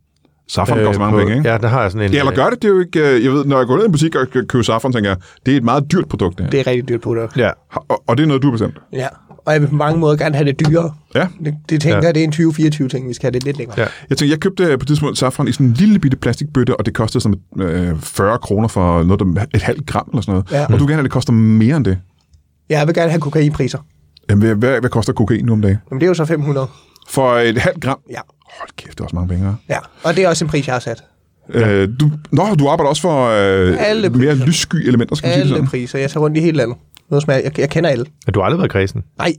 Safran øh, koster mange
på-
penge, ikke?
Ja, der har jeg sådan en...
Ja, eller gør det? Det er jo ikke... øh, Jeg ved, når jeg går ned i en butik og kø- køber saffron, tænker jeg, det er et meget dyrt produkt, det her.
Det er rigtig dyrt på det.
Ja.
Og, og det er noget, du har bestemt.
Ja, og jeg vil på mange måder gerne have det dyrere.
Ja.
Det, det tænker
Ja.
jeg, det er en 2024 ting, vi skal have det lidt længere.
Ja.
Jeg tænkte, jeg købte øh, på et tidspunkt saffron i sådan en lille bitte plastikbøtte, og det kostede sådan øh, 40 kroner for noget, der, et halvt gram eller sådan noget.
Ja.
Og du vil gerne, at det koster mere end det.
Jeg vil gerne have kokainpriser.
Jamen, hvad, hvad, hvad koster kokain nu om dagen?
Jamen, det er jo så 500.
For et halvt gram?
Ja.
Hold kæft, det er også mange penge. hva'?
Ja, og det er også en pris, jeg har sat.
Øh, du, nå, du arbejder også for øh,
Alle
mere lyssky elementer, skal man sige det
Alle
sådan.
priser. Jeg tager rundt i hele landet. Noget som jeg, jeg, jeg kender alle.
Men du har aldrig været kredsen.
Nej,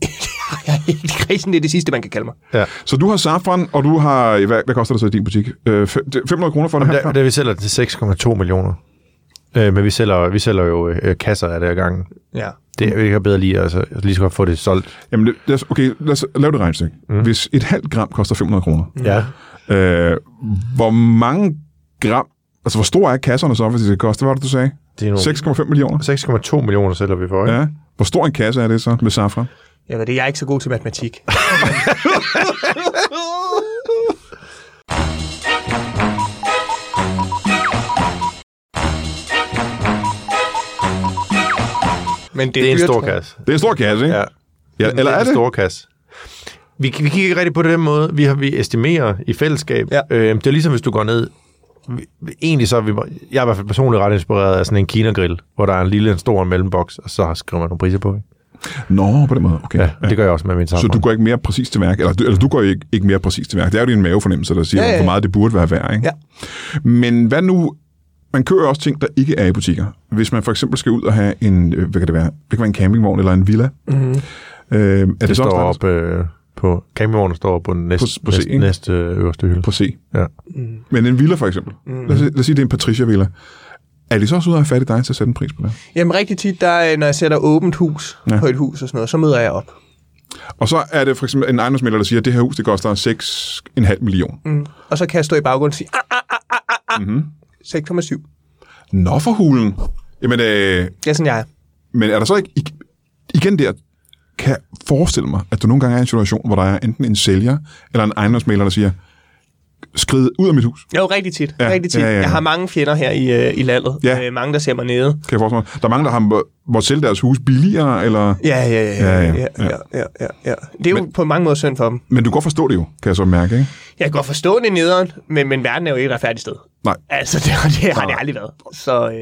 jeg er ikke krisen. Det er det sidste, man kan kalde mig.
Ja.
Så du har saffran, og du har... Hvad, hvad koster det så i din butik? Øh, fem- det er 500 kroner for en halv
Der,
gram?
der vi sælger det til 6,2 millioner. Øh, men vi sælger, vi sælger jo øh, kasser af det ad gangen.
Ja.
Det jeg kan bedre lige, altså jeg lige så godt få det solgt.
Jamen, lad os, okay, lad os lave det regnestykke. Mm. Hvis et halvt gram koster 500 kroner,
Ja.
øh, hvor mange gram, altså hvor stor er kasserne så, hvis det koster, hvad var det, du sagde?
Det er nogle
6,5 millioner?
6,2 millioner sælger vi for, ikke?
Ja. Hvor stor en kasse er det så med safran?
Jeg ved det, jeg er ikke så god til matematik. Men det,
Det er en
dyrt,
stor
tror jeg.
kasse.
Det er en stor kasse, ikke?
Ja.
ja eller er
en
det?
stor kasse. Vi, vi kigger ikke rigtig på det den måde. Vi, har, vi estimerer i fællesskab.
Ja.
Øh, det er ligesom, hvis du går ned... vi- Egentlig så er vi... Jeg er i hvert fald personligt ret inspireret af sådan en kinagrill, hvor der er en lille, en stor og en mellemboks, og så skriver man nogle priser på. Ikke?
Nå, på den måde. Okay.
Ja, det gør jeg også med min
Så
samfund.
du går ikke mere præcis til værk, eller du, eller du går ikke, ikke mere præcis til værk. Det er jo din mavefornemmelse, der siger,
Ja,
ja,
ja,
ja.
ja.
hvor meget det burde være værd. Ikke?
Ja.
Men hvad nu, man kører også ting, der ikke er i butikker. Hvis man for eksempel skal ud og have en, øh, hvad kan det være, det kan være en campingvogn eller en villa. Mm-hmm. Øh, er det, sådan
det står
op.
op øh, på campingvognen står op på den næste,
På- på
næste,
scenen.
næste øh, øverste hylde.
På C.
Ja.
Men en villa for eksempel. Mm-hmm. Lad, os, lad os sige, det er en Patricia-villa. Er de så også ude og have fat i dig til at sætte en pris på det?
Jamen rigtig tit, der, øh, når jeg sætter åbent hus
Ja.
ja. på et hus og sådan noget, så møder jeg op.
Og så er det for eksempel en ejendomsmælder, der siger, at det her hus, det koster 6,5 million. Mm.
Mm. Og så kan jeg stå i baggrunden og sige, ah, ah, ah, ah, ah, ah. 6,7.
Nå for hulen. Jamen, øh,
Det er sådan, jeg er.
Men er der så ikke, ig- igen der, kan jeg forestille mig, at du nogle gange er i en situation, hvor der er enten en sælger eller en ejendomsmaler, der siger, skrid ud af mit hus,
Jo, rigtig tit.
Ja,
Ja, rigtig tit.
ja,
Ja,
ja,
ja,
ja.
ja. Jeg har mange fjender her i, øh, i landet.
Ja.
Øh, mange, der ser mig nede.
kan jeg forestille mig. Der er mange, der har må- måttet sælge deres hus billigere, eller...
Ja, ja, ja.
Ja,
ja,
ja,
ja, ja, ja, ja, ja, ja. Det er jo men, på mange måder synd for dem.
Men du kan godt forstå det jo, kan jeg så mærke, ikke?
Jeg kan godt forstå det nederen, men, men verden er jo ikke et retfærdigt sted.
Nej.
Altså, det, har- det har det
Nej.
aldrig været. Så, øh, og det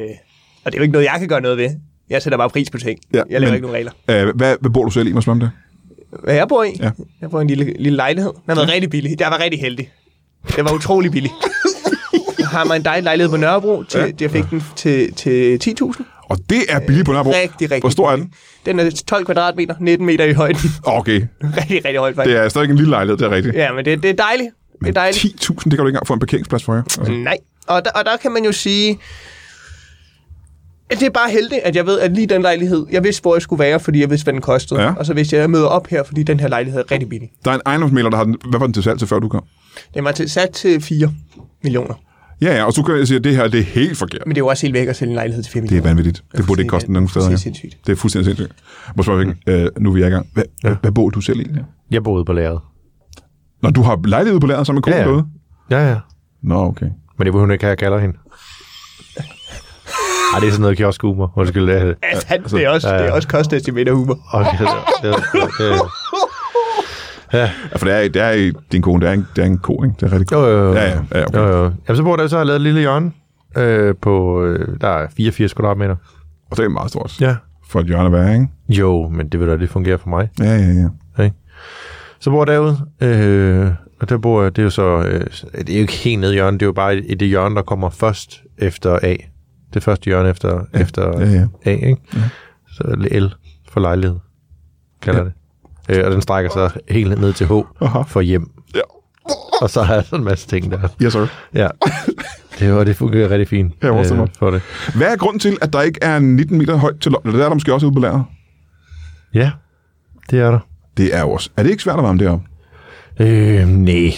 er jo ikke noget, jeg kan gøre noget ved. Jeg sætter bare pris på ting.
Ja,
Ja, jeg laver
men-
men, ikke nogen regler.
Øh, hvad, hvad bor du selv i, måske om det?
Hvad jeg bor i?
Ja.
Ja. Jeg bor i en lille, lille lejlighed. Den har været rigtig billig. Jeg var rigtig heldig. Det var utrolig billig. Jeg har mig en dejlig lejlighed på Nørrebro. Til,
Ja.
ja. Jeg fik den til, til 10.000.
Og det er billigt på Nørrebro.
Øh, Rigtig, rigtig
Hvor stor er den?
Den er 12 kvadratmeter, 19 meter i højden.
Okay,
rigtig, rigtig højt
det
faktisk.
er stadig en lille lejlighed, det er rigtigt.
Ja, men det, det er dejligt. Det er
Men
dejligt.
10.000,
Mm.
det kan du ikke engang få en parkeringsplads for, jer. Altså,
Nej. Og der, og der kan man jo sige, at det er bare heldigt, at jeg ved, at lige den lejlighed, jeg vidste, hvor jeg skulle være, fordi jeg vidste, hvad den kostede.
Ja.
Og så vidste jeg, at jeg møder op her, fordi den her lejlighed er rigtig billig.
der er en ejendomsmaler, der har den... Hvad var den til salg til, før du kom?
Den var til, sat til 4 millioner.
Ja, ja, og så kan jeg sige, at det her det er helt forkert.
Men det er jo også helt væk at sælge en lejlighed til 4
Det er
millioner.
vanvittigt. Det burde ikke koste nogen steder.
Det
ja.
er sindssygt.
Det er fuldstændig sindssygt. Må jeg spørge, øh, nu er vi i gang. Hvad, ja. hvad bor du selv i? Ja.
Jeg boede på lageret.
Når du har lejlighed på lageret sammen med konen
Ja, ja.
derude?
Ja, ja.
Nå, okay.
Men det vil hun ikke have, jeg kalder hende. Ej, det er sådan noget kioskhumor. Undskyld, det er det.
Ja, sandt, Altså, det er
Altså,
også,
ja, ja.
det er også kostestimater humor.
Okay, det, det, det, det.
Ja, for det er, det er din kone, det er en, det er en ko, ikke? Det er rigtig
Jo,
godt.
jo, jo.
Ja, ja, ja, okay.
jo, jo. Jamen, så bor der så har jeg lavet et lille hjørne øh, på, øh, der er 84 kvadratmeter.
Og det er meget stort.
Ja.
For et hjørne at være, ikke?
Jo, men det vil da, det fungerer for mig.
Ja, ja, ja.
Så bor jeg derude, øh, og der bor jeg, det er jo så, øh, det er jo ikke helt nede i hjørnet, det er jo bare i i det hjørne, der kommer først efter A. Det første hjørne efter, ja, efter
ja, ja.
A, ikke? Ja. Så er det L for lejlighed, kalder ja. det. Øh, og den strækker sig helt ned til H
Aha.
for hjem.
Ja.
Og så har jeg sådan en masse ting der.
Yes, sir.
Ja, det, var, det fungerer rigtig fint øh,
Ja, hvorfor så?
for det.
Hvad er grunden til, at der ikke er 19 meter højt til loftet? Det er der måske også ude på lageret.
Ja, det er der.
Det er jo også. Er det ikke svært at varme det op?
Øh, nej.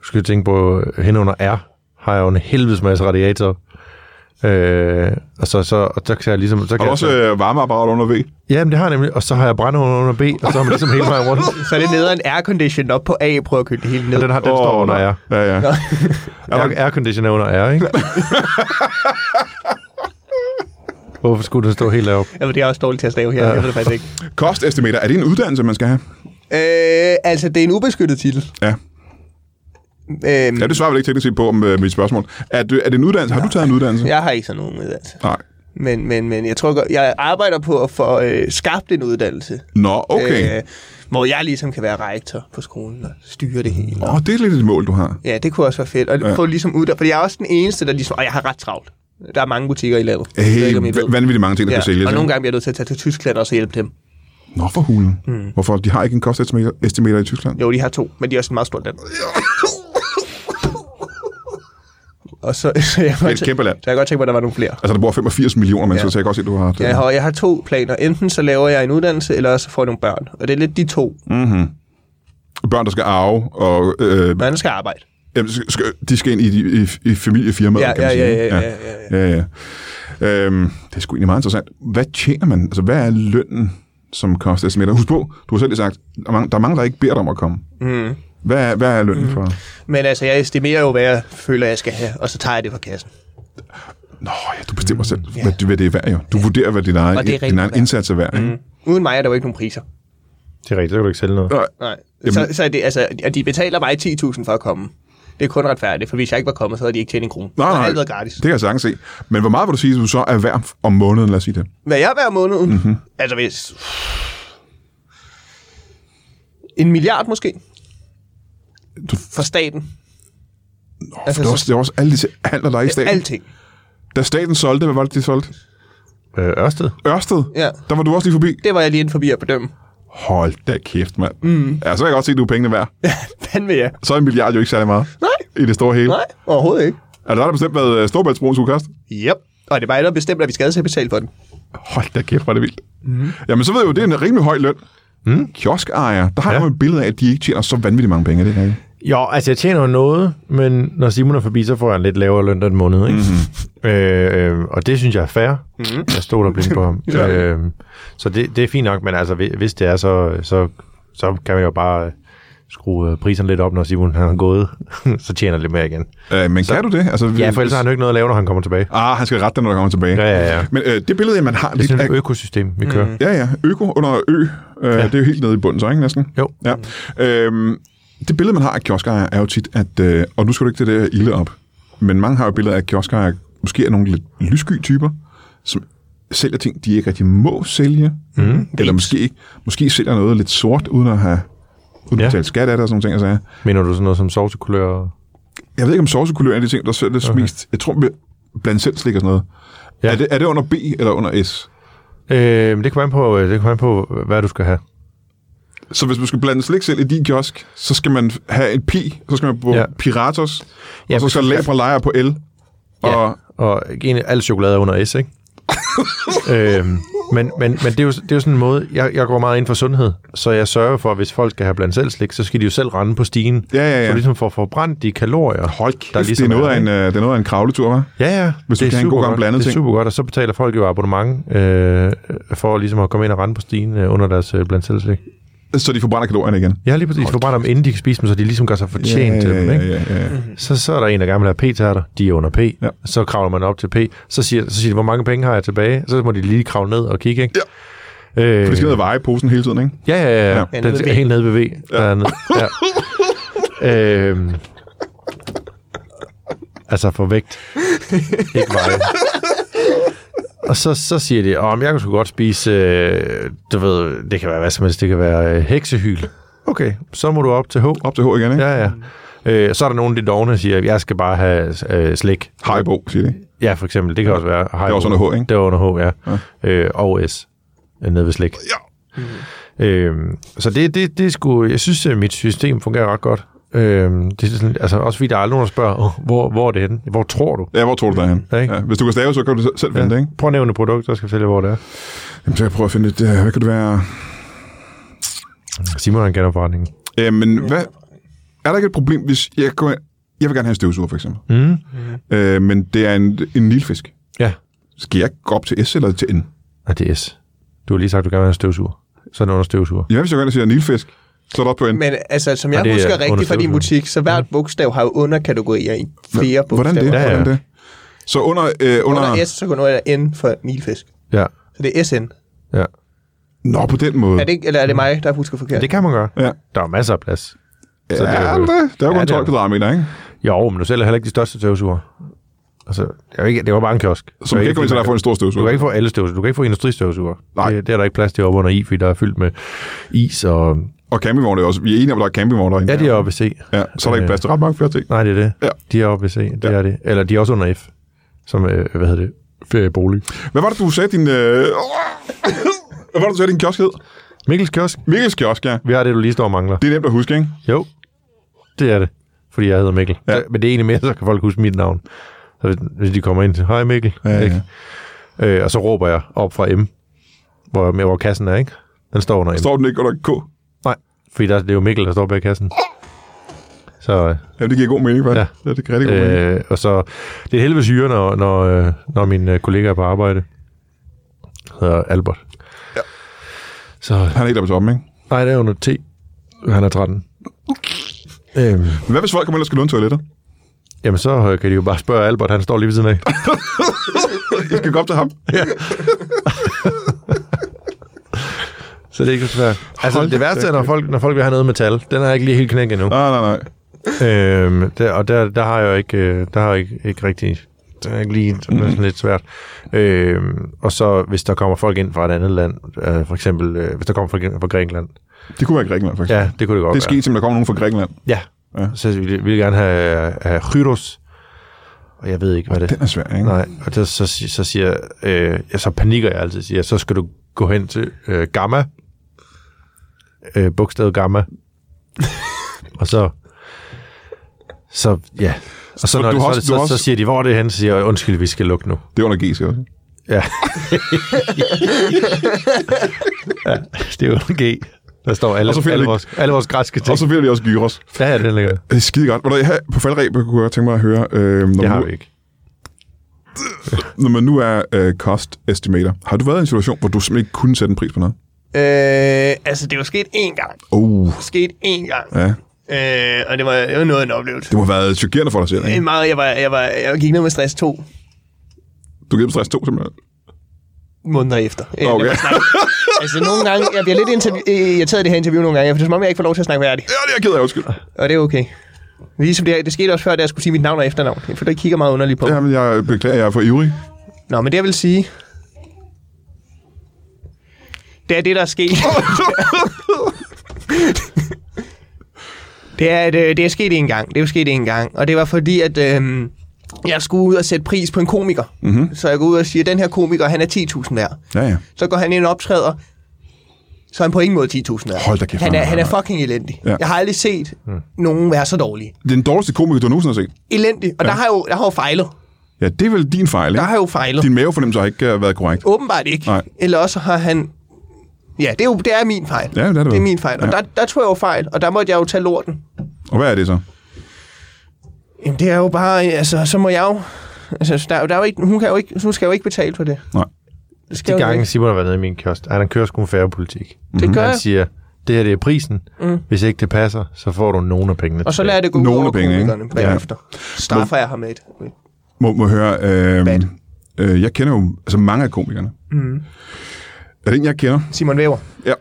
Du skal tænke på, hen under R har jeg jo en helvedes masse radiator. Øh, og så, så, og så kan jeg ligesom... Så
Har
kan
du
jeg,
også øh, varmeapparat under V?
Ja, men det har jeg nemlig. Og så har jeg brændeovn under B, og så har man ligesom hele vejen rundt.
Så er det nede en aircondition op på A, prøver at køle det hele ned.
Og den, har, den oh, står under
ja.
R.
Ja, ja.
Air, aircondition er under R, ikke? Hvorfor skulle den stå helt deroppe?
Jamen, det er også dårligt til at stave her. Jeg ved det faktisk ikke.
Kostestimater, er det en uddannelse, man skal have?
Øh, altså, det er en ubeskyttet titel.
Ja.
Øhm,
Ja, det svarer vel ikke teknisk set på om øh, mit spørgsmål. Er, du, er det en uddannelse? Har du taget en uddannelse?
Jeg har ikke sådan nogen altså. uddannelse.
Nej.
Men, men, men jeg tror godt, jeg arbejder på at få øh, skabt en uddannelse.
Nå, okay.
Øh, hvor jeg ligesom kan være rektor på skolen og styre det hele.
Åh, oh, det er lidt et mål, du har.
Ja, det kunne også være fedt. Og
Ja.
ja. få ligesom ud Fordi jeg er også den eneste, der ligesom... Og jeg har ret travlt. Der er mange butikker i landet. Jeg ved
Hey,
ikke, om I ved.
va- vanvittigt mange ting, der ja, kan sælges.
og nogle
ikke?
gange bliver jeg nødt til at tage til Tyskland og så hjælpe dem.
Nå, for hulen. Mm. Hvorfor? De har ikke en kostestimator estimator i Tyskland?
Jo, de har to, men de er også en meget stor land. og så, så jeg
Det er et kæmpe land.
Så jeg kan godt tænke mig, at der var nogle flere.
Altså, der bor 85 millioner mennesker, ja.
Ja.
så jeg kan godt se, at du har... øh, Det.
Jeg har, jeg har to planer. Enten så laver jeg en uddannelse, eller også får jeg nogle børn. Og det er lidt de to.
Mm. Børn, der skal arve, og øh,
Børn skal arbejde.
jamen, skal- skal, de skal ind i, i, i familiefirmaet,
Ja,
kan man
ja,
sige.
ja,
ikke?
ja, ja,
ja, ja, ja. Øhm, det er sgu egentlig meget interessant. Hvad tjener man? Altså, hvad er lønnen som kostestimator? Husk på, du har selv lige sagt, der er mange, der, er mange, der ikke beder dig om at komme. Mm. Hvad er, hvad er lønnen mm. for?
Men altså, jeg estimerer jo, hvad jeg føler, jeg skal have, og så tager jeg det fra kassen.
Nå ja, du bestemmer selv, hvad, hvad det er værd jo. Du vurderer, hvad din egen,
Og det er rigtig
din egen
værd. Mm.
indsats er værd. Ikke?
Uden mig er der jo ikke nogen priser.
Det er rigtigt, så kan du ikke sælge noget.
Nej.
Nej.
Jamen-
Så, så er det, altså, at de betaler mig 10.000 for at komme. Det er kun retfærdigt, for hvis jeg ikke var kommet, så havde de ikke tjent en krone.
Nej,
Så har
nej,
alt været gratis.
det kan jeg sagtens se. Men hvor meget vil du sige, at du så er værd om måneden, lad os sige det?
Hvad jeg hver måned? Mm-hmm. Altså, hvis... En milliard måske?
Du-
For staten. Altså,
Nå, for det, er også, det er også alle disse handler, der er i staten. Alt.
Alting.
Da staten solgte, hvad var det, de solgte?
Øh, Ørsted?
Ørsted?
Ja.
Der var du også lige forbi.
Det var jeg lige inde forbi at bedømme.
Hold da kæft, mand. Mm. Ja, så kan jeg godt se, at du er pengene værd.
Fanden vil jeg.
Så er en milliard jo ikke særlig meget
Nej.
i det store hele.
Nej, overhovedet ikke.
Er der, der bestemt, hvad øh, Storebæltsbroen skulle koste?
Yep. Og det var der bestemt, at vi skal altså betale for den.
Hold da kæft, hvor er det vildt. Mm. Jamen, så ved jeg jo, det er en rimelig høj løn. Mm. Kioskejer, der har
Ja.
jeg jo et billede af, at de ikke tjener så vanvittigt mange penge, er det ikke? rigtigt?
Jo, altså jeg tjener jo noget, men når Simon er forbi, så får jeg en lidt lavere løn den måned, ikke? Mm-hmm. Øh, øh, og det synes jeg er fair. Mm-hmm. Jeg stoler blind på ham.
Ja.
øh, så det, det er fint nok, men altså hvi- hvis det er, så, så, så kan man jo bare øh, skrue øh, priserne lidt op, når Simon han er gået, så tjener jeg lidt mere igen.
Øh, men så, kan du det? Altså,
Ja, for ellers har han jo ikke noget at lave, når han kommer tilbage.
Ah, han skal rette dig, når du kommer tilbage.
Ja, ja, ja.
Men øh, det billede, man har
Det er
lidt
sådan
af...
et økosystem, vi kører.
Ja, ja. Øko under ø. Øh, ja. Det er jo helt nede i bunden, så ikke næsten?
Jo.
Ja. Øhm, det billede, man har af kioskejer, er jo tit, at... Øh, og nu skal du ikke det der ilde op. Men mange har jo billeder af at kioskejer, måske er nogle lidt lyssky typer, som sælger ting, de ikke rigtig må sælge.
Mhm,
Mm. Eller måske ikke. Måske sælger noget lidt sort, uden at have uden at
Ja.
betale skat af det og sådan nogle ting. Altså.
Mener du sådan noget som sovsekulør? og-
Jeg ved ikke, om sovsekulør er en af de ting, der sælges okay. mest. Jeg tror, blandt selv slik og sådan noget. Ja.
Ja.
Er, det, er det under B eller under S?
Øh, men det kommer an på, øh, det kommer an på, hvad du skal have.
Så hvis man skal blande slik selv i din kiosk, så skal man have en pi, så skal man på ja.
Ja.
Piratos, ja,
Ja,
og så skal
præcis.
Labra Lejer på L. Og, ja.
Og egentlig al chokolade er under S, ikke? øhm, men, men, men det, er jo, det er jo sådan en måde, jeg, jeg går meget ind for sundhed, så jeg sørger for, at hvis folk skal have blandt selv slik, så skal de jo selv rende på stigen.
Ja, ja, ja.
Så ligesom for at forbrændt de kalorier.
Hold kæft,
der
ligesom
ligesom
det, er noget
er,
af en, øh, det er noget af en kravletur, hva'?
Ja, ja.
Hvis du
det er
kan have en god
supergodt.
gang blandet
Det er
ting.
super godt, og så betaler folk jo abonnement øh, for ligesom at komme ind og rende på stigen øh, under deres øh, blandt selv slik.
Så de forbrænder kalorierne igen.
Ja, lige præcis. De forbrænder dem, inden de kan spise dem, så de ligesom gør sig fortjent til
ja,
dem, ikke? Mm-hmm.
ja, ja, ja.
Så, så er der en, der gerne vil have p-tærter. De er under P.
Ja.
Ja. Så kravler man op til P. Så siger, så siger de, hvor mange penge har jeg tilbage? Så må de lige kravle ned og kigge, ikke? Ja.
For
Øh,
det skal ned og veje i posen hele tiden, ikke?
ja, ja, ja.
Ja,
ja.
nede
Den
ved
skal
V.
helt nede ved V. Ja. Dernede. Ja. øh, altså for vægt. Ikke veje. Og så, så siger de, om jeg kunne sgu godt spise, øh, du ved, det kan være hvad som helst, det kan være øh, heksehyl. Okay, så må du op til H.
Op til H igen, ikke? Ja.
Ja, ja. Øh, så er der nogen af de dogne, der siger, at jeg skal bare have øh, slik.
Haribo, siger de.
Ja, for eksempel. Det kan også være. Hej,
Det er også under H, ikke?
Det er under H, ja. ja. Øh, og S. øh, Nede ved slik.
Ja.
Øhm, så det, det, det skulle, jeg synes, at mit system fungerer ret godt. Øhm, det er sådan, altså også fordi der er aldrig nogen, der spørger, oh, hvor, hvor er det henne? Hvor tror du?
Ja, hvor tror du, der er hen?
Ja, ikke?
Ja, hvis du kan stave, så kan du selv finde det, ikke?
Prøv at nævne et produkt, så skal jeg fortælle, hvor det er.
Jamen, så jeg prøver at finde et... øh, Hvad kan det være?
Simon har en genopretning.
Øh, men hvad... Er der ikke et problem, hvis jeg går... ind- Jeg vil gerne have en støvsuger, for eksempel.
Mm.
Øh, men det er en, en lillefisk.
Ja.
Skal jeg gå op til S eller til N?
Nej, det er S. Du har lige sagt, at du gerne vil have en støvsuger. Så er det under støvsuger.
Ja, hvis jeg går ind og siger nilfisk, så er det op på en.
Men altså, som jeg
Og det er
husker rigtigt fra din
understøvsugeren.
butik, så hvert bogstav har jo underkategorier i flere
Hvordan
bogstaver.
det?
Ja, ja.
Hvordan det? Så under... Øh, under,
Under S, så går noget af N for nilfisk.
Ja.
Så det er SN.
ja.
Nå, på den måde.
Er det ikke, eller er det mig, der husker forkert?
Det kan man gøre.
Ja.
Der er masser af plads.
Ja,
så det er jo-
det, det er jo
Ja,
kun
det er
12
det.
kvadratmeter, ikke?
Jo, men du sælger heller ikke de største støvsuger. Altså, det, er jo ikke, det var bare en kiosk.
Så man kan ikke komme ind til dig og få en stor
Du
støvsuger.
kan ikke få alle støvsuger. Du kan ikke få industristøvsuger.
Nej.
Det, det, er der ikke plads til oppe under i, fordi der er fyldt med is og...
Og campingvogne er også. Vi er enige om, at der er campingvogne derinde.
Ja, de er oppe ved C.
Ja, så er der ikke plads til ret mange flere ting.
Nej, det er det.
Ja.
De er oppe ved C. Det
Ja.
er det. Eller de er også under F, som, øh, hvad hedder det, feriebolig.
Hvad var det, du sagde din... Øh... Hvad var det, du sagde din kiosk hed?
Mikkels kiosk.
Mikkels kiosk, ja.
Vi har det, du lige står og mangler.
Det er nemt at huske, ikke?
Jo, det er det. Fordi jeg hedder Mikkel.
Ja.
Ja. Men det er egentlig mere, så kan folk huske mit navn. Så hvis, hvis de kommer ind til, hej Mikkel.
Ja, ja.
Ikke? Øh, og så råber jeg op fra M, hvor, med, hvor kassen er, ikke? Den står under M.
Øh, Står den ikke under K?
Nej, fordi der, det er jo Mikkel, der står bag kassen. Så,
Ja, det giver god mening, faktisk.
Ja.
Ja. det giver rigtig god mening.
øh, og så, det er helvede syre, når, når, øh, når min øh, kollega er på arbejde. Hedder Albert. Ja. Så,
Han er helt oppe i toppen, ikke?
nej, det er under T. Han er 13. Øhm,
Men hvad hvis folk kommer ind og skal låne toiletter?
jamen, så øh, kan de jo bare spørge Albert, han står lige ved siden af.
Jeg skal gå op til ham.
Så det er ikke så svært. Altså,
Hold
det
da
værste er, når folk, når folk vil have noget metal. Den er ikke lige helt knækket endnu.
Nej, nej, nej.
øhm, der, og der, der har jeg jo ikke, øh, der har jeg ikke, ikke rigtig... Det er ikke lige det er sådan lidt svært. Øhm, og så hvis der kommer folk ind fra et andet land, øh, for eksempel øh, hvis der kommer folk ind fra Grækenland,
Det kunne være i Grækenland, faktisk.
Ja, det kunne det godt
det er
være.
sket, som der kommer nogen fra Grækenland.
Ja.
Ja.
ja. Så vi vil vi gerne have, have Hyros. Og jeg ved ikke, hvad det
Den er svær, ikke?
Nej, og der, så, si- så siger jeg, øh, ja, så panikker jeg altid, siger, jeg, så skal du gå hen til øh, gamma, øh, bogstavet gamma, og så, så ja, og så,
du
når det,
har
så, er
også-
det,
du har
så,
også-
så siger de, hvor er det hen, så siger jeg, undskyld, vi skal lukke nu.
Det er under G, siger jeg også.
Ja. ja det er jo en G. Der står alle,
Og så finder
alle,
de-
vores, alle vores græske ting.
Og så vil jeg også gyros.
Ja, ja, den ligger.
Det er skide godt. Hvordan her på faldreb kunne jeg godt tænke mig at høre, øh, når,
Det
man
har
nu,
vi ikke.
når man nu er øh, cost estimator. Har du været i en situation, hvor du simpelthen ikke kunne sætte en pris på noget?
Øh, altså, det var sket én gang.
Oh,
Sket én gang.
ja.
Øh, og det var, det var noget af en oplevelse.
Det må have været chokerende for dig selv,
Det
ikke?
meget, jeg, var, jeg, var, jeg gik ned med stress to
Du gav dem stress to, simpelthen.
måneder efter. Øh,
Okay.
altså, nogle gange, jeg bliver lidt interv- øh, irriteret af det her interview nogle gange, for det er som om, jeg ikke får lov til at snakke færdigt.
ja, det er jeg ked af, undskyld.
Og det er okay. Ligesom det, her- det skete også før, da jeg skulle sige mit navn og efternavn, for der kigger meget underligt på.
Ja,
Ja.
men jeg beklager, jeg er for ivrig.
Nå, men det jeg vil sige, det er det, der er sket. det, er, at, øh, det er sket en gang. Det er jo sket en gang. Og det var fordi, at øh, jeg skulle ud og sætte pris på en komiker.
Mhm.
Mm-hmm. Så jeg går ud og siger, at den her komiker, han er 10.000 værd.
Ja, ja.
Så går han ind og optræder, så er han på ingen måde 10.000 værd.
Hold da kæft,
Han
nej,
er,
nej,
han er
nej.
fucking elendig.
Ja.
Ja. Jeg har aldrig set mm. nogen være så dårlig.
Det er den dårligste komiker, du nogensinde har set.
Elendig. Og ja. der har jo, der har jo fejlet.
Ja, det er vel din fejl,
Der
ikke?
har jo fejlet.
Din mavefornemmelse har ikke øh, været korrekt.
Åbenbart ikke.
Nej.
Eller også har han... Ja, det er jo det er min fejl.
Ja, det er det
det er
vel.
min fejl. Og
Ja.
der, der tog jeg jo fejl, og der måtte jeg jo tage lorten.
Og hvad er det så?
Jamen, det er jo bare... Altså, så må jeg jo... Altså, der, er jo- der er jo ikke, hun, kan jo ikke, hun skal jo ikke betale for det.
Nej.
Det skal
De
hun
gange
ikke.
Simon har været nede i min kiosk, ej, han kører sgu en færrepolitik.
Mhm.
Det gør
Han
jeg.
siger, det her det er prisen. Mm. Hvis ikke det passer, så får du nogen af pengene
Og så
tilbage.
lader jeg det gå ud
Nogle
over
penge, ikke?
komikerne bagefter. Straffer jeg ham med et.
Må, må høre, øh,
Bad.
øh, jeg kender jo altså, mange af komikerne. Mm. Er det en, jeg kender?
Simon Væver.
Ja.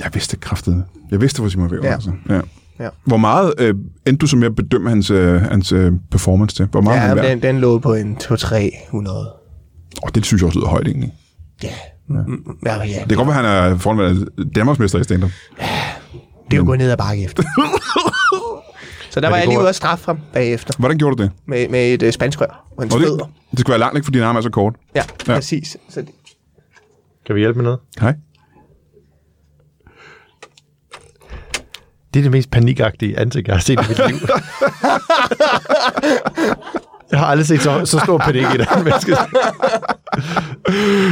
Jeg vidste kraftedet. Jeg vidste, hvor Simon Væver ja.
Ja.
altså. Ja.
Ja.
Hvor meget øh, endte du så med at bedømme hans, øh, hans øh, performance til? Hvor meget ja,
Ja,
han værd?
den, den lå på en 2-300.
Oh, det synes jeg også lyder højt, egentlig.
Ja. Mm, Ja, ja.
Det kan godt være, han er forhåndværende Danmarksmester i stand-up.
Det er jo gået ned ad bakke efter. så der var
det
jeg lige
går-
ude og straffe ham bagefter
Hvordan gjorde du det?
med, med et øh, spansk rør. Og en
Og det,
spæder.
det skulle være langt, ikke? Fordi din arm er så kort.
Ja,
Ja.
ja, præcis. Så det,
Kan vi hjælpe med noget?
Hej.
Det er det mest panikagtige ansigt, jeg har set i mit liv. jeg har aldrig set så, så stor panik i det her menneske.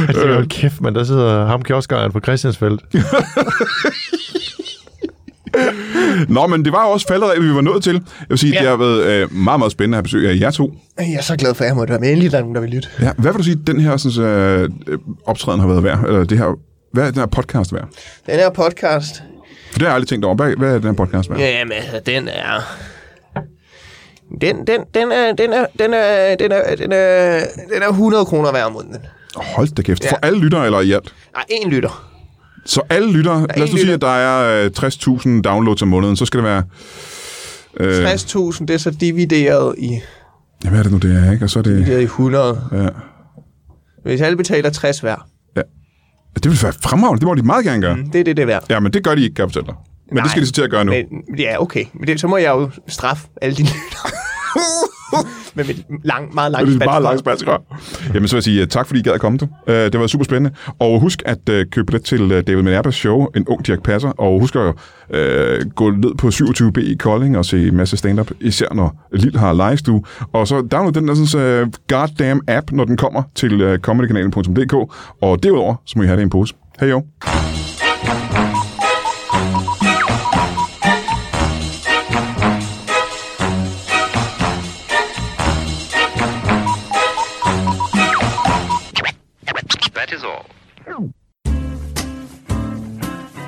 Jeg tænker, hold kæft, men der sidder ham kioskejeren på Christiansfeldt.
Nå, men det var jo også faldet, vi var nået til. Jeg vil sige, ja.
Ja.
det har været øh, meget, meget spændende at have besøg af jer to.
jeg er så glad for, at jeg måtte være med. Endelig er der nogen, der vil lytte.
Ja, hvad vil du sige, den her sådan, øh, øh, optræden har været værd? Eller det her, hvad er den her podcast værd?
Den her podcast,
For det har jeg aldrig tænkt over. Hvad, hvad er den her podcast værd?
jamen altså, den er... Den, den, den, er, den, er, den, er, den, er, den, er, den er 100 kroner hver måned.
Hold da kæft. Ja. For
Ja.
alle lyttere eller i alt?
Nej, én lytter.
Så alle lyttere, lad os
én
nu sige,
lytter.
at der er øh, 60.000 downloads om måneden, så skal det være... Øh,
60.000, det er så divideret i,
ja, hvad er det nu, det er, ikke? Og så er det...
divideret i 100.
Ja.
Hvis alle betaler 60 hver,
Det ville være fremragende. Det må de meget gerne gøre. Mm.
det er det, det er værd.
Ja, men det gør de ikke, kan jeg fortælle dig. Men Nej.
Nej.
det skal de så til at gøre nu. Men...
Men, ja, okay. Men det, så må jeg jo straffe alle dine lytter. Med mit lang, meget langt
Det er
spansk
bare
rør.
langt spansker. Jamen, så vil jeg sige øh, tak, fordi I gad at komme. Du. Øh, Det var super spændende. Og husk at øh, købe billet til øh, David Minervas show, En ung Dirk Passer. Og husk at øh, gå ned på 27B i Kolding og se en masse stand-up, især når Lille har livestue. Og så download den der sådan, øh, goddamn app, når den kommer til øh, comedykanalen.dk. Og derudover, så må I have det i en pose. Hej jo.
That is all.